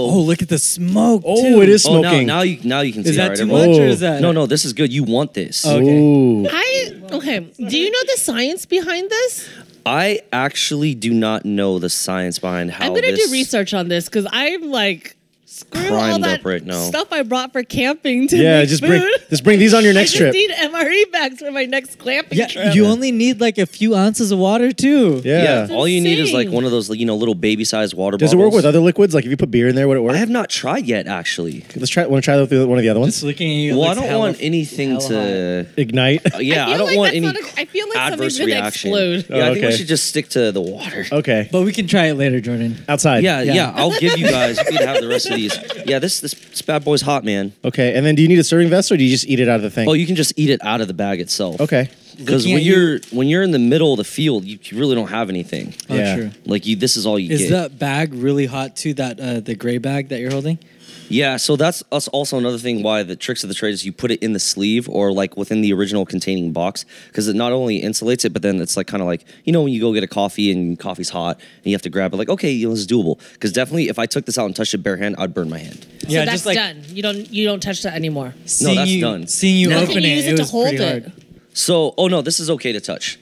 Speaker 7: that, oh, look at the smoke.
Speaker 1: Oh,
Speaker 7: too.
Speaker 1: it is
Speaker 6: oh, now,
Speaker 1: smoking.
Speaker 6: now you now you can
Speaker 7: Is
Speaker 6: see.
Speaker 7: that
Speaker 6: all right,
Speaker 7: too
Speaker 6: everyone.
Speaker 7: much or
Speaker 1: Oh.
Speaker 7: is that
Speaker 6: No, no, this is good. You want this?
Speaker 7: Okay.
Speaker 1: Ooh.
Speaker 5: I okay. Do you know the science behind this?
Speaker 6: I actually do not know the science behind how.
Speaker 5: I'm gonna
Speaker 6: this,
Speaker 5: do research on this because I'm like screw all
Speaker 6: Primed
Speaker 5: that
Speaker 6: up right now.
Speaker 5: stuff I brought for camping to
Speaker 1: Yeah,
Speaker 5: make
Speaker 1: just
Speaker 5: food.
Speaker 1: bring just bring these on your next
Speaker 5: I
Speaker 1: trip.
Speaker 5: just need MRE bags for my next camping
Speaker 7: Yeah,
Speaker 5: trip.
Speaker 7: you only need like a few ounces of water too.
Speaker 1: yeah.
Speaker 6: Yeah, all you need is like
Speaker 5: insane.
Speaker 6: one of those, like, you know, little baby-sized water
Speaker 1: Does it
Speaker 6: bottles.
Speaker 1: work with other liquids? Like if you put beer in there, would it work?
Speaker 6: I have not tried yet, actually.
Speaker 1: Let's try. Want to try that with the- one of the other ones?
Speaker 7: Just looking at you. it
Speaker 6: well, I
Speaker 7: looks
Speaker 6: don't
Speaker 7: hella-
Speaker 6: want anything
Speaker 7: hella
Speaker 6: to.
Speaker 1: Ignite.
Speaker 6: Yeah,
Speaker 5: I
Speaker 6: I,
Speaker 5: feel
Speaker 6: don't
Speaker 5: like
Speaker 6: want
Speaker 5: that's
Speaker 6: any.
Speaker 5: not a- I feel like something's
Speaker 6: adverse
Speaker 5: gonna
Speaker 6: reaction.
Speaker 5: explode.
Speaker 6: Yeah, I
Speaker 1: Oh,
Speaker 6: think we
Speaker 1: okay. Oh,
Speaker 6: should just stick to the water.
Speaker 1: Okay.
Speaker 7: But we can try it later, Jordan.
Speaker 1: Outside.
Speaker 6: Yeah, yeah,
Speaker 7: Yeah.
Speaker 6: I'll give you guys. You can have the rest of these. Yeah, this this, this bad boy's hot, man.
Speaker 1: Okay. And then, do you need a serving vessel, or do you just eat it out of the thing?
Speaker 6: Oh, you can just eat it out of the bag itself.
Speaker 1: okay.
Speaker 6: Because
Speaker 7: Looking
Speaker 6: when
Speaker 7: at you-
Speaker 6: you're when you're in the middle of the field, you you really don't have anything.
Speaker 7: Oh,
Speaker 1: Yeah.
Speaker 7: true.
Speaker 6: Like you, this is all you
Speaker 7: Is
Speaker 6: get.
Speaker 7: that bag really hot too? That uh, the gray bag that you're holding?
Speaker 6: yeah. So that's us also another thing why the tricks of the trade is you put it in the sleeve or like within the original containing box because it not only insulates it, but then it's like kind of like you know when you go get a coffee and coffee's hot and you have to grab it like okay, you know, this is doable. Because definitely if I took this out and touched it bare hand, I'd burn my hand.
Speaker 5: So that's done. You don't you don't touch that anymore.
Speaker 7: seeing
Speaker 6: that's
Speaker 7: you,
Speaker 6: done.
Speaker 7: Seeing you
Speaker 5: Now
Speaker 7: open
Speaker 5: can you
Speaker 7: it,
Speaker 5: use
Speaker 7: it,
Speaker 5: it to
Speaker 7: was
Speaker 5: hold
Speaker 7: pretty
Speaker 5: it?
Speaker 7: hard.
Speaker 6: So, oh no, this is okay to touch.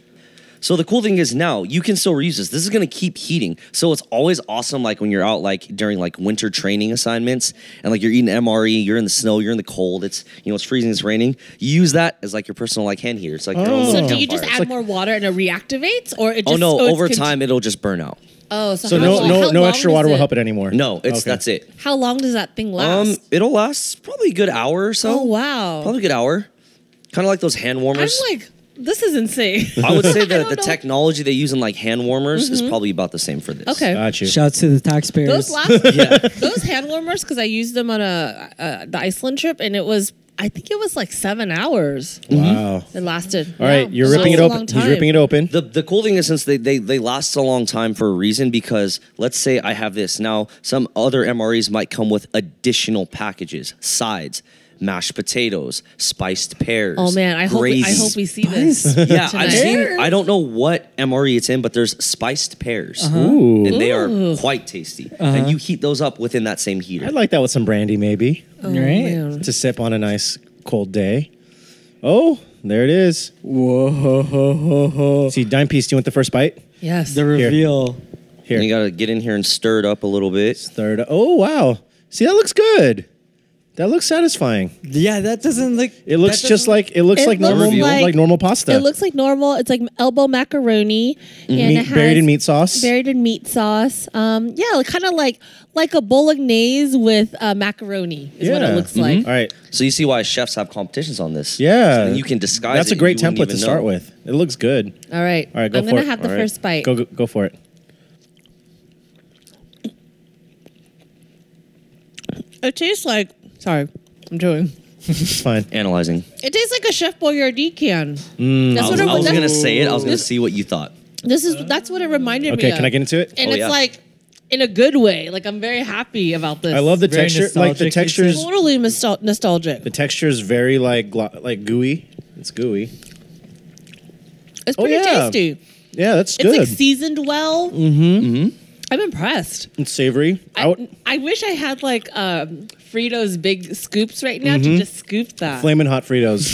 Speaker 6: So the cool thing is now you can still reuse this. This is gonna keep heating. So it's always awesome, like when you're out, like during like winter training assignments, and like you're eating MRE, you're in the snow, you're in the cold. It's you know it's freezing, it's raining. You use that as like your personal like hand heater. It's like your own
Speaker 5: Oh. So
Speaker 6: little
Speaker 5: do you just
Speaker 6: campfire.
Speaker 5: add more water and it reactivates, or it just
Speaker 6: oh no,
Speaker 5: it's
Speaker 6: over
Speaker 5: conti-
Speaker 6: time it'll just burn out.
Speaker 5: Oh, so,
Speaker 1: So
Speaker 5: how
Speaker 1: no,
Speaker 5: long-
Speaker 1: no,
Speaker 5: how
Speaker 1: no
Speaker 5: long
Speaker 1: extra
Speaker 5: does
Speaker 1: water will help it anymore.
Speaker 6: No, it's
Speaker 1: Okay.
Speaker 6: that's it.
Speaker 5: How long does that thing
Speaker 6: Um,
Speaker 5: last?
Speaker 6: it'll last probably a good hour or so.
Speaker 5: Oh, wow.
Speaker 6: probably a good hour. Kind of like those hand
Speaker 5: I'm
Speaker 6: warmers.
Speaker 5: like, this is insane.
Speaker 6: I would say
Speaker 5: I
Speaker 6: the,
Speaker 5: don't
Speaker 6: the
Speaker 5: know. Mm-hmm.
Speaker 6: technology they use in like hand warmers is probably about the same for this.
Speaker 5: okay.
Speaker 1: Got you.
Speaker 7: Shouts to the taxpayers.
Speaker 5: Those last,
Speaker 6: Yeah.
Speaker 5: those hand warmers, because I used them on a uh, the Iceland trip, and it was, I think it was like seven hours.
Speaker 1: Wow.
Speaker 5: It lasted.
Speaker 1: All right, you're ripping it open. He's ripping it open.
Speaker 6: The, the cool thing is since they, they they last a long time for a reason because let's say I have this now some other MREs might come with additional packages sides mashed potatoes spiced pears
Speaker 5: Oh man, I hope we, I hope we see this.
Speaker 6: yeah
Speaker 5: tonight.
Speaker 6: I've seen I don't know what MRE it's in but there's spiced pears
Speaker 1: Ooh.
Speaker 6: and they are quite tasty and you heat those up within that same heater
Speaker 1: I'd Uh-huh. like that with some brandy, maybe,
Speaker 7: right?
Speaker 5: Oh, Man.
Speaker 1: to sip on a nice cold day. Oh, there it is.
Speaker 7: Whoa, ho, ho, ho, ho.
Speaker 1: See, dime piece. Do you want the first bite?
Speaker 5: Yes.
Speaker 7: The reveal.
Speaker 6: you gotta get in here and stir it up a little bit
Speaker 1: Third. Oh wow. See, that looks good. That looks satisfying.
Speaker 7: Yeah, that doesn't look.
Speaker 1: It looks
Speaker 7: that
Speaker 1: just
Speaker 7: doesn't-
Speaker 1: like it looks
Speaker 5: It
Speaker 1: like
Speaker 5: looks
Speaker 1: normal like,
Speaker 5: like-
Speaker 1: normal pasta.
Speaker 5: It looks like normal. It's like elbow macaroni and it
Speaker 1: meat,
Speaker 5: has
Speaker 1: Mm-hmm. buried in meat sauce.
Speaker 5: buried in meat sauce. Um, yeah, kind of like like a bolognese with uh, macaroni is what
Speaker 1: Yeah.
Speaker 5: it looks
Speaker 1: Mhm.
Speaker 5: like.
Speaker 1: All right.
Speaker 6: Mm-hmm. so you see why chefs have competitions on this
Speaker 1: Yeah.
Speaker 6: So then you can disguise
Speaker 1: That's
Speaker 6: it,
Speaker 1: a great
Speaker 6: you wouldn't
Speaker 1: template to
Speaker 6: even
Speaker 1: start
Speaker 6: know.
Speaker 1: with. It looks good.
Speaker 5: All right.
Speaker 1: Mm-hmm. All right, go
Speaker 5: I'm
Speaker 1: for
Speaker 5: gonna
Speaker 1: it.
Speaker 5: have the
Speaker 1: All right.
Speaker 5: first bite.
Speaker 1: Go, go go for it.
Speaker 5: It tastes like sorry, I'm doing.
Speaker 1: It's fine.
Speaker 6: analyzing
Speaker 5: It tastes like a Chef Boyardee can.
Speaker 1: Mm.
Speaker 5: that's what
Speaker 6: I
Speaker 5: it,
Speaker 6: was
Speaker 5: that's-
Speaker 6: gonna say it. I was gonna see what you thought.
Speaker 5: This is that's what it reminded me.
Speaker 1: Okay,
Speaker 5: of.
Speaker 1: can I get into it?
Speaker 5: And
Speaker 6: Oh,
Speaker 5: it's
Speaker 6: yeah.
Speaker 5: like in a good way. Like I'm very happy about this.
Speaker 1: I love the
Speaker 7: Very
Speaker 1: texture. Like the
Speaker 7: nostalgic, they
Speaker 1: textures,
Speaker 7: said.
Speaker 5: totally nostal- nostalgic.
Speaker 1: the texture is very like glo- like gooey. It's gooey.
Speaker 5: It's
Speaker 1: Oh,
Speaker 5: pretty
Speaker 1: yeah.
Speaker 5: tasty.
Speaker 1: Yeah, that's
Speaker 5: It's
Speaker 1: good.
Speaker 5: like seasoned well. Mm-hmm. I'm impressed.
Speaker 1: it's savory. I
Speaker 5: I,
Speaker 1: would,
Speaker 5: I wish I had like um, Fritos big scoops right now
Speaker 1: Mm-hmm.
Speaker 5: to just scoop that.
Speaker 1: flaming hot Fritos.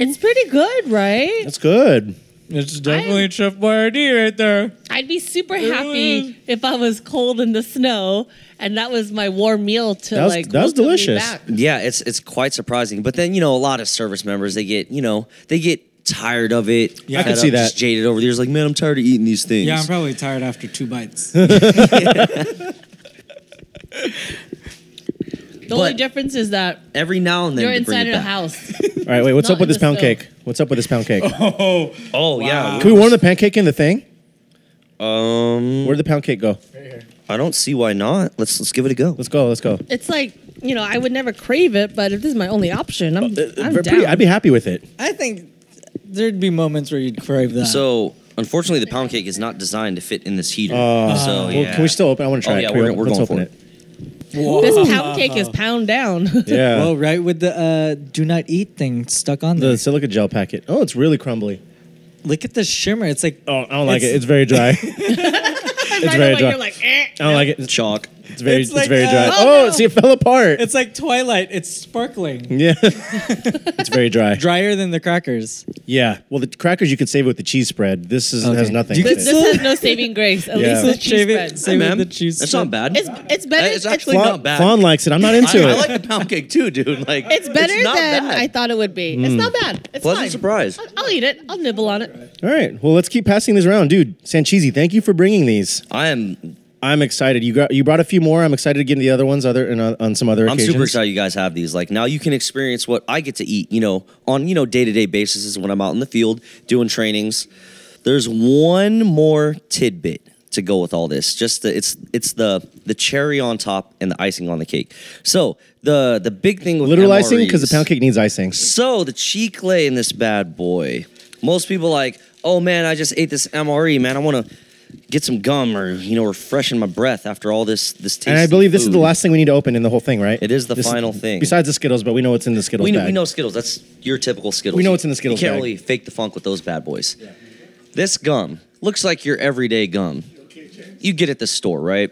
Speaker 5: It's pretty good, right?
Speaker 1: That's good.
Speaker 9: It's definitely Chef Boyardee right there.
Speaker 5: I'd be super happy if I was cold in the snow and that was my warm meal to
Speaker 1: That was-
Speaker 5: like.
Speaker 1: that was
Speaker 5: welcome me
Speaker 1: delicious.
Speaker 5: back.
Speaker 6: Yeah, it's it's quite surprising. But then you know, a lot of service members they get you know they get tired of it.
Speaker 9: Yeah. I
Speaker 6: fed
Speaker 9: could
Speaker 1: see
Speaker 6: up,
Speaker 1: that.
Speaker 6: Just jaded over the years, like man, I'm tired of eating these things.
Speaker 9: Yeah, I'm probably tired after two bites.
Speaker 5: The only
Speaker 6: But-
Speaker 5: difference is that
Speaker 6: Every now and then
Speaker 5: you're
Speaker 6: they bring
Speaker 5: inside of
Speaker 6: it
Speaker 5: a
Speaker 6: back.
Speaker 5: house.
Speaker 1: All right, wait. What's
Speaker 5: Not
Speaker 1: up with
Speaker 5: in
Speaker 1: this
Speaker 5: the
Speaker 1: pound
Speaker 5: snow.
Speaker 1: cake? What's up with this pound cake?
Speaker 9: Oh,
Speaker 6: Oh
Speaker 9: Wow.
Speaker 6: yeah.
Speaker 1: Can we warm the pancake in the thing?
Speaker 6: Um,
Speaker 1: Where'd the pound cake go?
Speaker 6: I don't see why not. Let's let's give it a go.
Speaker 1: Let's go. Let's go.
Speaker 5: It's like you know I would never crave it, but if this is my only option, I'm,
Speaker 6: uh,
Speaker 5: I'm
Speaker 1: Pretty-
Speaker 5: down.
Speaker 1: I'd be happy with it.
Speaker 7: I think there'd be moments where you'd crave that.
Speaker 6: So unfortunately, the pound cake is not designed to fit in this heater. so
Speaker 1: Well,
Speaker 6: yeah.
Speaker 1: can we still open? I want to try
Speaker 6: Oh,
Speaker 1: it.
Speaker 6: yeah,
Speaker 1: Can we
Speaker 6: we're-
Speaker 1: open-
Speaker 6: we're
Speaker 1: let's
Speaker 6: going for
Speaker 1: open
Speaker 6: it.
Speaker 5: this
Speaker 6: uh-huh.
Speaker 5: pound cake is pound down.
Speaker 1: Yeah.
Speaker 7: well, right with the uh, do not eat thing stuck on there.
Speaker 1: the silica gel packet. Oh, it's really crumbly.
Speaker 7: Look at the shimmer. It's like
Speaker 1: Oh, I don't like
Speaker 7: It's-
Speaker 1: it. It's very dry. it's very dry.
Speaker 5: You're like, eh.
Speaker 1: I don't like it. It's,
Speaker 6: Chalk.
Speaker 1: it's very,
Speaker 7: It's
Speaker 1: it's,
Speaker 7: like,
Speaker 1: very dry.
Speaker 7: uh,
Speaker 1: oh,
Speaker 7: oh, no.
Speaker 1: see, it fell apart.
Speaker 7: it's like Twilight. It's sparkling.
Speaker 1: yeah, it's very dry.
Speaker 7: Drier than the crackers.
Speaker 1: Yeah. Well, the crackers you can save with the cheese spread. This is, has
Speaker 7: Okay.
Speaker 1: nothing.
Speaker 7: You
Speaker 1: with
Speaker 7: could
Speaker 1: it.
Speaker 5: This has no saving grace. At
Speaker 1: Yeah.
Speaker 5: least the cheese
Speaker 7: Shave it,
Speaker 5: spreads.
Speaker 7: save it
Speaker 6: man.
Speaker 7: the cheese
Speaker 6: That's
Speaker 7: spread.
Speaker 6: not bad.
Speaker 8: It's it's better.
Speaker 6: It's actually
Speaker 1: Fawn,
Speaker 6: not bad.
Speaker 1: Fawn likes it. I'm not into
Speaker 6: I, I
Speaker 1: it.
Speaker 6: like the pound cake too, dude. Like
Speaker 8: it's, better
Speaker 6: not
Speaker 8: than
Speaker 6: bad. Mm.
Speaker 8: I thought it would be. It's not bad. It's
Speaker 6: Pleasant
Speaker 8: fine.
Speaker 6: surprise.
Speaker 8: I'll, I'll eat it. I'll nibble on it.
Speaker 1: All right. Well, let's keep passing these around, dude. Sancheesi, thank you for bringing these.
Speaker 6: I am.
Speaker 1: I'm excited. You got you brought a few more. I'm excited to get into the other ones, other and on, on some other
Speaker 6: I'm
Speaker 1: occasions.
Speaker 6: super excited you guys have these. Like now you can experience what I get to eat. You know, on you know day to day basis is when I'm out in the field doing trainings. There's one more tidbit to go with all this. Just the, it's it's the the cherry on top and the icing on the cake. So the the big thing with
Speaker 1: Literal icing because the
Speaker 6: MREs
Speaker 1: pound cake needs icing.
Speaker 6: So the chicle in this bad boy. Most people like, oh man, I just ate this MRE, man. I want to get some gum or you know, refreshing my breath after all this this taste.
Speaker 1: And I believe this is the last thing we need to open in the whole thing, right?
Speaker 6: It is the
Speaker 1: This-
Speaker 6: final thing.
Speaker 1: Besides the Skittles, but we know what's in the Skittles
Speaker 6: we, kn-
Speaker 1: bag.
Speaker 6: we know Skittles. That's your typical Skittles.
Speaker 1: We know it's in the Skittles
Speaker 6: You can't
Speaker 1: bag.
Speaker 6: really fake the funk with those bad boys. This gum looks like your everyday gum. You get at the store, right?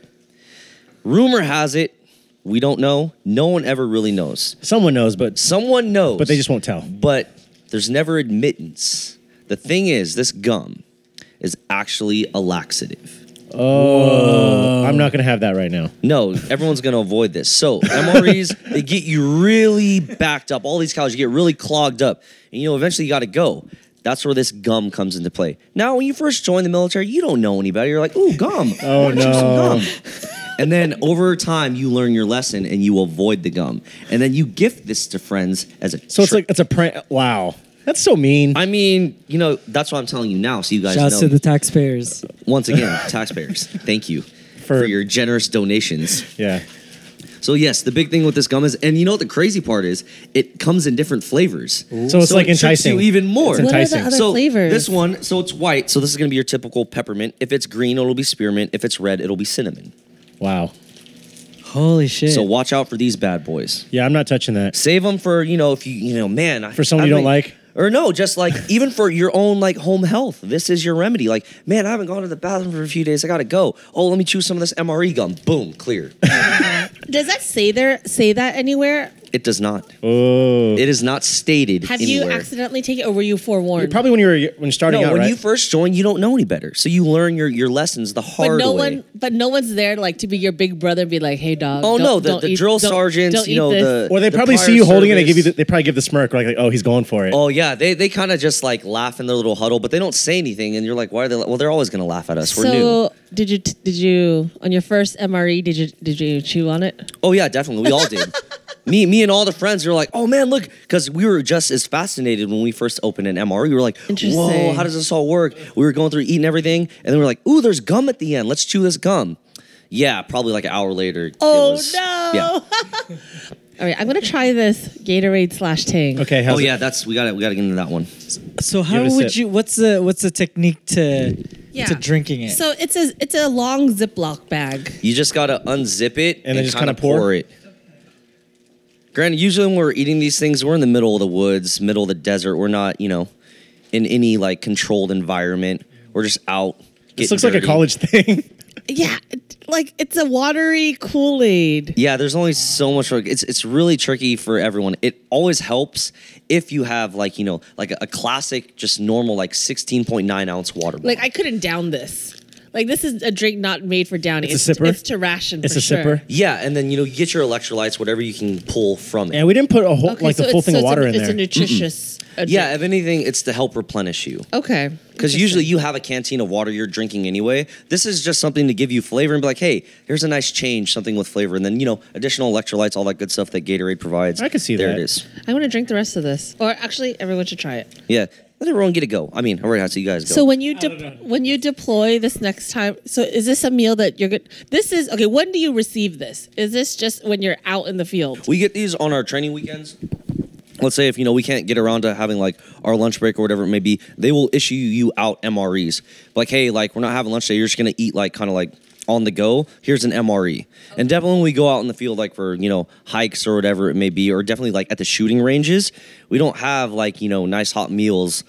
Speaker 6: Rumor has it, we don't know. No one ever really knows.
Speaker 1: Someone knows, but
Speaker 6: Someone knows,
Speaker 1: but they just won't tell.
Speaker 6: but there's never admittance. The thing is, this gum is actually a laxative. Oh.
Speaker 1: I'm not gonna have that right now.
Speaker 6: No, everyone's going to avoid this. So MREs, they get you really backed up. All these cows, you get really clogged up, and you know eventually you got to go. That's where this gum comes into play. Now, when you first join the military, you don't know any better. You're like, "Ooh, gum! Oh
Speaker 1: no.
Speaker 6: And then over time, you learn your lesson and you avoid the gum. And then you gift this to friends as a
Speaker 1: So it's
Speaker 6: trick.
Speaker 1: like it's a prank. Wow, that's so mean.
Speaker 6: I mean, you know, that's what I'm telling you now, so you guys
Speaker 7: Shouts
Speaker 6: know.
Speaker 7: to the taxpayers.
Speaker 6: once again, taxpayers, thank you for,
Speaker 1: For-
Speaker 6: your generous donations.
Speaker 1: yeah.
Speaker 6: So yes, the big thing with this gum is, and you know what the crazy part is, it comes in different flavors.
Speaker 1: So it's like
Speaker 6: it tricks
Speaker 1: enticing.
Speaker 6: you even more.
Speaker 1: It's What are the enticing.
Speaker 5: other
Speaker 6: so
Speaker 5: flavors?
Speaker 6: This one, so it's white, so this is gonna be your typical peppermint. If it's green, it'll be spearmint. If it's red, it'll be cinnamon.
Speaker 1: Wow.
Speaker 7: Holy shit.
Speaker 6: So watch out for these bad boys.
Speaker 1: Yeah, I'm not touching that.
Speaker 6: Save them for you know if you you know man I-
Speaker 1: For someone
Speaker 6: I
Speaker 1: you don't
Speaker 6: haven't-
Speaker 1: like?
Speaker 6: or no just like even for your own like home health this is your remedy like man I haven't gone to the bathroom for a few days I gotta go oh let me choose some of this MRE gum boom clear
Speaker 5: Does that say there say that anywhere?
Speaker 6: it does not
Speaker 1: Oh.
Speaker 6: it is not stated
Speaker 5: Have
Speaker 6: anywhere.
Speaker 5: you accidentally taken or were you forewarned?
Speaker 1: Probably when you were when you're starting
Speaker 6: no
Speaker 1: out,
Speaker 6: when
Speaker 1: right?
Speaker 6: you first join you don't know any better so you learn your your lessons the
Speaker 5: but
Speaker 6: hard
Speaker 5: no
Speaker 6: way
Speaker 5: one but no one's there like to be your big brother and be like, hey dog.
Speaker 6: oh
Speaker 5: don't-
Speaker 6: no the,
Speaker 5: don't
Speaker 6: the
Speaker 5: eat-
Speaker 6: drill
Speaker 5: don't-
Speaker 6: sergeants
Speaker 5: don't
Speaker 6: you
Speaker 5: eat
Speaker 6: know
Speaker 5: this.
Speaker 6: the
Speaker 1: or they
Speaker 6: the
Speaker 1: probably
Speaker 6: prior
Speaker 1: see you holding it. They give you.
Speaker 6: service.
Speaker 1: The, they probably give the smirk. Like, like oh, he's going for it.
Speaker 6: Oh yeah, they they kind of just like laugh in their little huddle, but they don't say anything, and you're like, why are they? la- Well, they're always gonna laugh at us. We're new.
Speaker 5: So did you t- did you on your first MRE did you did you chew on it?
Speaker 6: Oh yeah, definitely. We all did. me, me, and all the friends were like, "Oh man, look!" Because we were just as fascinated when we first opened an MRE. We were like, "Whoa,
Speaker 5: Interesting.
Speaker 6: how does this all work?" We were going through eating everything, and then we were like, "Ooh, there's gum at the end. Let's chew this gum." Yeah, probably like an hour later. it
Speaker 5: Oh
Speaker 6: was-
Speaker 5: no!
Speaker 6: Yeah.
Speaker 5: All right, I'm gonna try this Gatorade slash Tang.
Speaker 1: Okay. How's
Speaker 6: Oh
Speaker 1: it?
Speaker 6: yeah, that's we got to we got to get into that one.
Speaker 7: So
Speaker 1: it
Speaker 7: how
Speaker 1: a
Speaker 7: would
Speaker 1: sip.
Speaker 7: you? What's the what's the technique to to drinking it.
Speaker 5: So it's a it's a long Ziploc bag.
Speaker 6: You just gotta unzip it and,
Speaker 1: then just
Speaker 6: kind
Speaker 1: kinda
Speaker 6: of pour.
Speaker 1: pour?
Speaker 6: it. Granted, usually when we're eating these things, we're in the middle of the woods, middle of the desert. We're not, you know, in any like controlled environment. We're just out.
Speaker 1: This
Speaker 6: getting
Speaker 1: looks like a
Speaker 6: dirty.
Speaker 1: college thing.
Speaker 5: Yeah, it- like it's a watery Kool Aid.
Speaker 6: Yeah, there's only so much work. It's it's really tricky for everyone. It always helps if you have like you know like a, a classic, just normal like 16.9 ounce water. bottle.
Speaker 5: Like I couldn't down this. Like this is a drink not made for downing.
Speaker 1: It's a sipper?
Speaker 5: It's to ration.
Speaker 1: it's
Speaker 5: for
Speaker 1: a
Speaker 5: sure.
Speaker 1: sipper.
Speaker 6: yeah, and then you know you get your electrolytes, whatever you can pull from it.
Speaker 1: And we didn't put a whole
Speaker 5: Okay,
Speaker 1: like the
Speaker 5: so
Speaker 1: full
Speaker 5: it's-
Speaker 1: thing
Speaker 5: so
Speaker 1: of
Speaker 5: it's a-
Speaker 1: water in
Speaker 5: it's
Speaker 1: there.
Speaker 5: a nutritious. uh,
Speaker 6: yeah,
Speaker 5: drink.
Speaker 6: if anything, it's to help replenish you.
Speaker 5: Okay.
Speaker 6: Because
Speaker 5: Interesting.
Speaker 6: usually you have a canteen of water you're drinking anyway. This is just something to give you flavor and be like, hey, here's a nice change, something with flavor. And then, you know, additional electrolytes, all that good stuff that Gatorade provides.
Speaker 1: I can see
Speaker 6: there
Speaker 1: that.
Speaker 6: it is.
Speaker 5: I want to drink the rest of this. Or actually, everyone should try it.
Speaker 6: Yeah. Let everyone get a go. I mean, all right, how so you guys go?
Speaker 5: So when you de- when you deploy this next time, so is this a meal that you're good? This is okay. When do you receive this? Is this just when you're out in the field?
Speaker 6: we get these on our training weekends. Let's say if you know we can't get around to having like our lunch break or whatever it may be, they will issue you out MREs. Like, hey, like we're not having lunch today. You're just gonna eat like kind of like on the go. Here's an MRE. And definitely when we go out in the field, like for you know hikes or whatever it may be, or definitely like at the shooting ranges, we don't have like you know nice hot meals,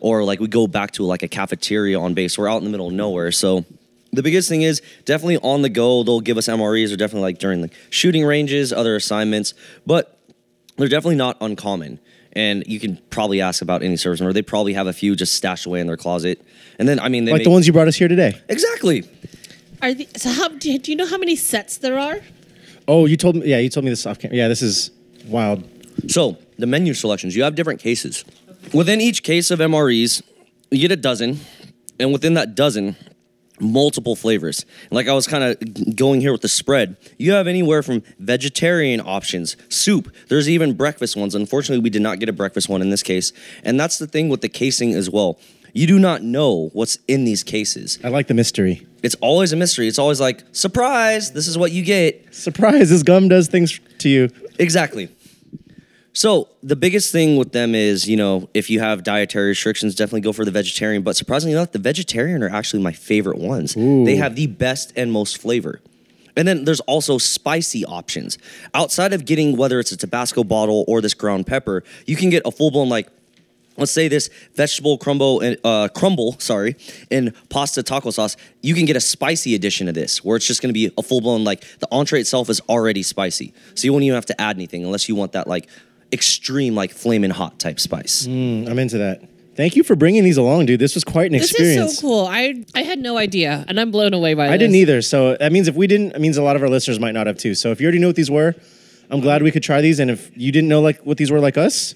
Speaker 6: or like we go back to like a cafeteria on base. We're out in the middle of nowhere, so the biggest thing is definitely on the go. They'll give us MREs or definitely like during like shooting ranges, other assignments, but they're definitely not uncommon. And you can probably ask about any service member. They probably have a few just stashed away in their closet. And then I mean, they
Speaker 1: like
Speaker 6: make-
Speaker 1: the ones you brought us here today.
Speaker 6: exactly.
Speaker 5: Are the, so how do you, do you know how many sets there are?
Speaker 1: Oh, you told me. Yeah, you told me this off camera. Yeah, this is wild.
Speaker 6: So the menu selections, you have different cases. Within each case of MREs, you get a dozen, and within that dozen, multiple flavors. Like I was kind of going here with the spread. You have anywhere from vegetarian options, soup. There's even breakfast ones. Unfortunately, we did not get a breakfast one in this case, and that's the thing with the casing as well. You do not know what's in these cases.
Speaker 1: I like the mystery.
Speaker 6: It's always a mystery. It's always like, surprise, this is what you get.
Speaker 1: Surprise! This gum does things to you.
Speaker 6: Exactly. So the biggest thing with them is, you know, if you have dietary restrictions, definitely go for the vegetarian. But surprisingly enough, the vegetarian are actually my favorite ones. They have the best and most flavor. And then there's also spicy options. Outside of getting whether it's a Tabasco bottle or this ground pepper, you can get a full blown like let's say this vegetable crumble and uh, crumble, sorry, and pasta taco sauce, you can get a spicy edition of this where it's just going to be a full blown like the entree itself is already spicy, so you won't even have to add anything unless you want that like extreme like flaming hot type spice.
Speaker 1: Mm, I'm into that. Thank you for bringing these along, dude. This was quite an
Speaker 5: This
Speaker 1: experience.
Speaker 5: is so cool. I I had no idea, and I'm blown away by this.
Speaker 1: I didn't either. So that means if we didn't, it means a lot of our listeners might not have too. So if you already knew what these were, I'm glad we could try these. And if you didn't know like what these were like us,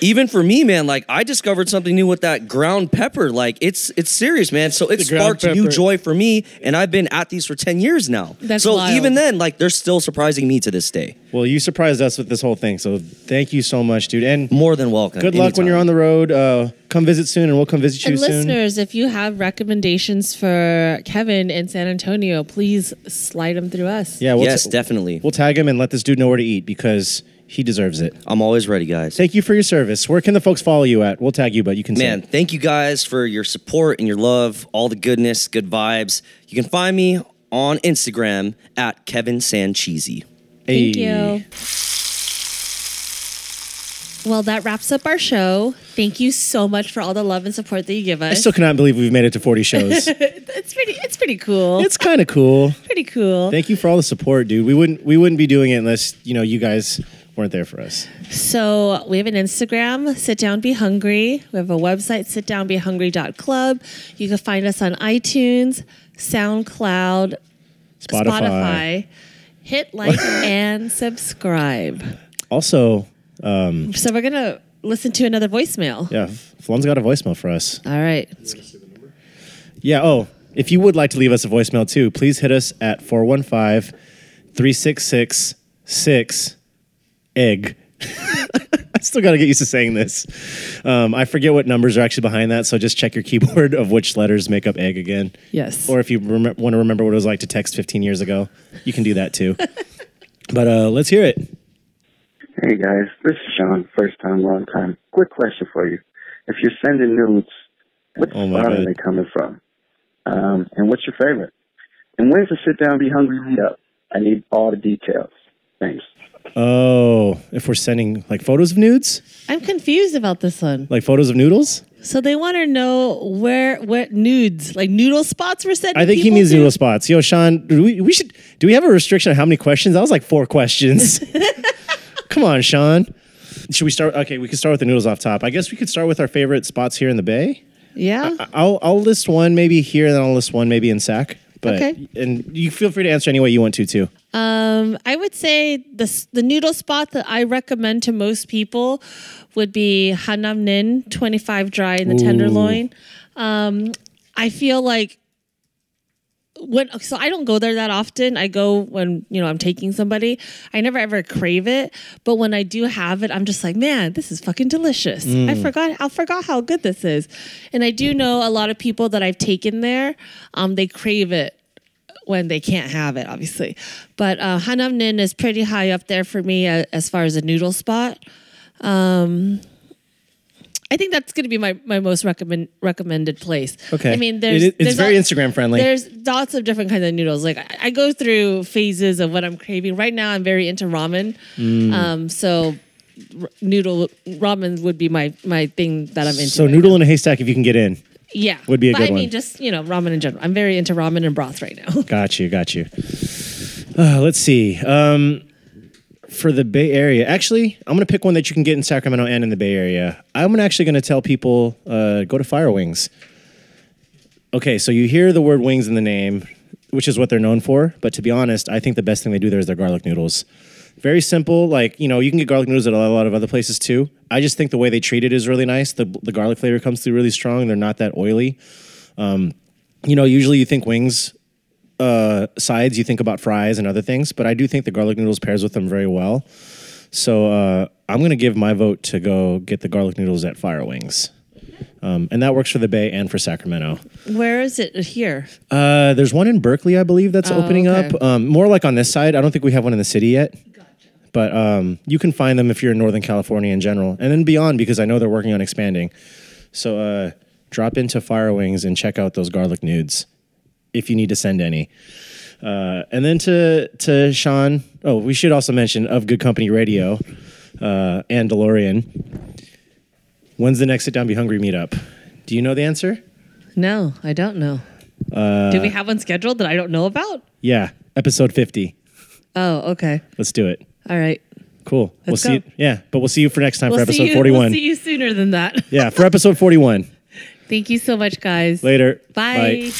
Speaker 6: Even for me, man, like I discovered something new with that ground pepper. Like it's it's serious, man. So it
Speaker 7: The ground
Speaker 6: sparked new
Speaker 7: pepper.
Speaker 6: joy for me, and I've been at these for ten years now.
Speaker 5: That's
Speaker 6: so
Speaker 5: wild.
Speaker 6: even then, like they're still surprising me to this day.
Speaker 1: well, you surprised us with this whole thing. So thank you so much, dude. And
Speaker 6: More than welcome.
Speaker 1: good luck when you're on the road. Uh, come visit soon, and we'll come visit you
Speaker 5: And
Speaker 1: soon.
Speaker 5: listeners, if you have recommendations for Kevin in San Antonio, please slide them through us.
Speaker 1: yeah, we'll
Speaker 6: yes,
Speaker 1: ta-
Speaker 6: definitely.
Speaker 1: We'll tag him and let this dude know where to eat because he deserves it.
Speaker 6: I'm always ready, guys.
Speaker 1: Thank you for your service. Where can the folks follow you at? We'll tag you, but you can say
Speaker 6: Man,
Speaker 1: it.
Speaker 6: thank you guys for your support and your love, all the goodness, good vibes. You can find me on Instagram at Kevin Sancheesy.
Speaker 5: Thank
Speaker 1: Hey.
Speaker 5: you. Well, that wraps up our show. Thank you so much for all the love and support that you give
Speaker 1: I
Speaker 5: us.
Speaker 1: still cannot believe we've made it to 40 shows.
Speaker 5: it's pretty. It's pretty cool.
Speaker 1: it's kind of cool.
Speaker 5: pretty cool.
Speaker 1: Thank you for all the support, dude. We wouldn't we wouldn't be doing it unless you know you guys weren't there for us.
Speaker 5: So we have an Instagram, Sit Down Be Hungry. We have a website, sitdownbehungry.club. You can find us on iTunes, SoundCloud,
Speaker 1: Spotify.
Speaker 5: Spotify. Hit like and subscribe.
Speaker 1: Also,
Speaker 5: So we're gonna listen to another voicemail.
Speaker 1: yeah, Flum's got a voicemail for us.
Speaker 5: All right.
Speaker 1: Yeah. Oh, if you would like to leave us a voicemail too, please hit us at 415-366-6 egg. E I still got to get used to saying this. Um, I forget what numbers are actually behind that, so just check your keyboard of which letters make up egg again.
Speaker 5: Yes.
Speaker 1: Or if you rem- want to remember what it was like to text 15 years ago, you can do that too. but uh, let's hear it.
Speaker 10: Hey guys, this is Sean. First time, long time. Quick question for you. If you're sending nudes, what
Speaker 1: Oh my
Speaker 10: spot
Speaker 1: God.
Speaker 10: are they coming from? Um, and what's your favorite? And when's the sit down, be hungry meetup? I need all the details. Thanks.
Speaker 1: Oh, if we're sending like photos of nudes,
Speaker 5: I'm confused about this one.
Speaker 1: like photos of noodles.
Speaker 5: So they want to know where where nudes, like noodle spots were sent.
Speaker 1: I think he means noodle spots. Yo, Sean, do we, we should do we have a restriction on how many questions? That was like four questions. Come on, Sean. Should we start? Okay, we could start with the noodles off top. I guess we could start with our favorite spots here in the Bay.
Speaker 5: Yeah.
Speaker 1: I'll I'll list one maybe here, and then I'll list one maybe in Sac. But
Speaker 5: Okay.
Speaker 1: and you feel free to answer any way you want to too.
Speaker 5: Um, I would say the s- the noodle spot that I recommend to most people would be Hanam Nin, 25 dry in the tenderloin. Um, I feel like when so I don't go there that often. I go when, you know, I'm taking somebody. I never ever crave it, but when I do have it, I'm just like, man, this is fucking delicious. I forgot I forgot how good this is. And I do know a lot of people that I've taken there, um, they crave it when they can't have it, obviously. But uh, Hanam Nin is pretty high up there for me uh, as far as a noodle spot. Um, I think that's going to be my, my most recommend recommended place.
Speaker 1: Okay.
Speaker 5: I mean, there's
Speaker 1: It is- it's
Speaker 5: there's
Speaker 1: very
Speaker 5: al-
Speaker 1: Instagram friendly.
Speaker 5: There's lots of different kinds of noodles. Like I, I go through phases of what I'm craving. Right now, I'm very into ramen.
Speaker 1: Mm.
Speaker 5: Um, so r- noodle ramen would be my my thing that I'm into.
Speaker 1: So
Speaker 5: right
Speaker 1: noodle
Speaker 5: now.
Speaker 1: in a haystack if you can get in.
Speaker 5: yeah,
Speaker 1: would be a
Speaker 5: but
Speaker 1: good
Speaker 5: I
Speaker 1: one.
Speaker 5: mean, just you know, ramen in general. I'm very into ramen and broth right now.
Speaker 1: Got you, got you. Uh, let's see. Um, for the Bay Area, actually, I'm gonna pick one that you can get in Sacramento and in the Bay Area. I'm gonna- actually gonna tell people uh, go to Fire Wings. Okay, so you hear the word wings in the name, which is what they're known for. But to be honest, I think the best thing they do there is their garlic noodles. Very simple, like you know, you can get garlic noodles at a lot of other places too. I just think the way they treat it is really nice. The the garlic flavor comes through really strong. They're not that oily. Um, you know, usually you think wings uh, sides, you think about fries and other things, but I do think the garlic noodles pairs with them very well. So uh, I'm going to give my vote to go get the garlic noodles at Fire Wings. Um, and that works for the Bay and for Sacramento.
Speaker 5: Where is it here?
Speaker 1: Uh, there's one in Berkeley, I believe, that's opening
Speaker 5: okay.
Speaker 1: up. Um, more like on this side. I don't think we have one in the city yet. But um, you can find them if you're in Northern California in general, and then beyond because I know they're working on expanding. So uh, drop into Fire Wings and check out those garlic nudes if you need to send any. Uh, and then to to Sean. Oh, we should also mention of Good Company Radio uh, and DeLorean. When's the next sit down be hungry meetup? Do you know the answer?
Speaker 5: No, I don't know. Do
Speaker 1: Uh,
Speaker 5: we have one scheduled that I don't know about?
Speaker 1: Yeah, episode fifty.
Speaker 5: Oh, okay.
Speaker 1: Let's do it.
Speaker 5: All right.
Speaker 1: Cool.
Speaker 5: Let's
Speaker 1: we'll see.
Speaker 5: go.
Speaker 1: Yeah, but we'll see you for next time
Speaker 5: We'll
Speaker 1: for
Speaker 5: see
Speaker 1: episode
Speaker 5: you,
Speaker 1: forty-one.
Speaker 5: We'll see you sooner than that.
Speaker 1: Yeah, for episode forty-one.
Speaker 5: Thank you so much, guys.
Speaker 1: Later.
Speaker 5: Bye.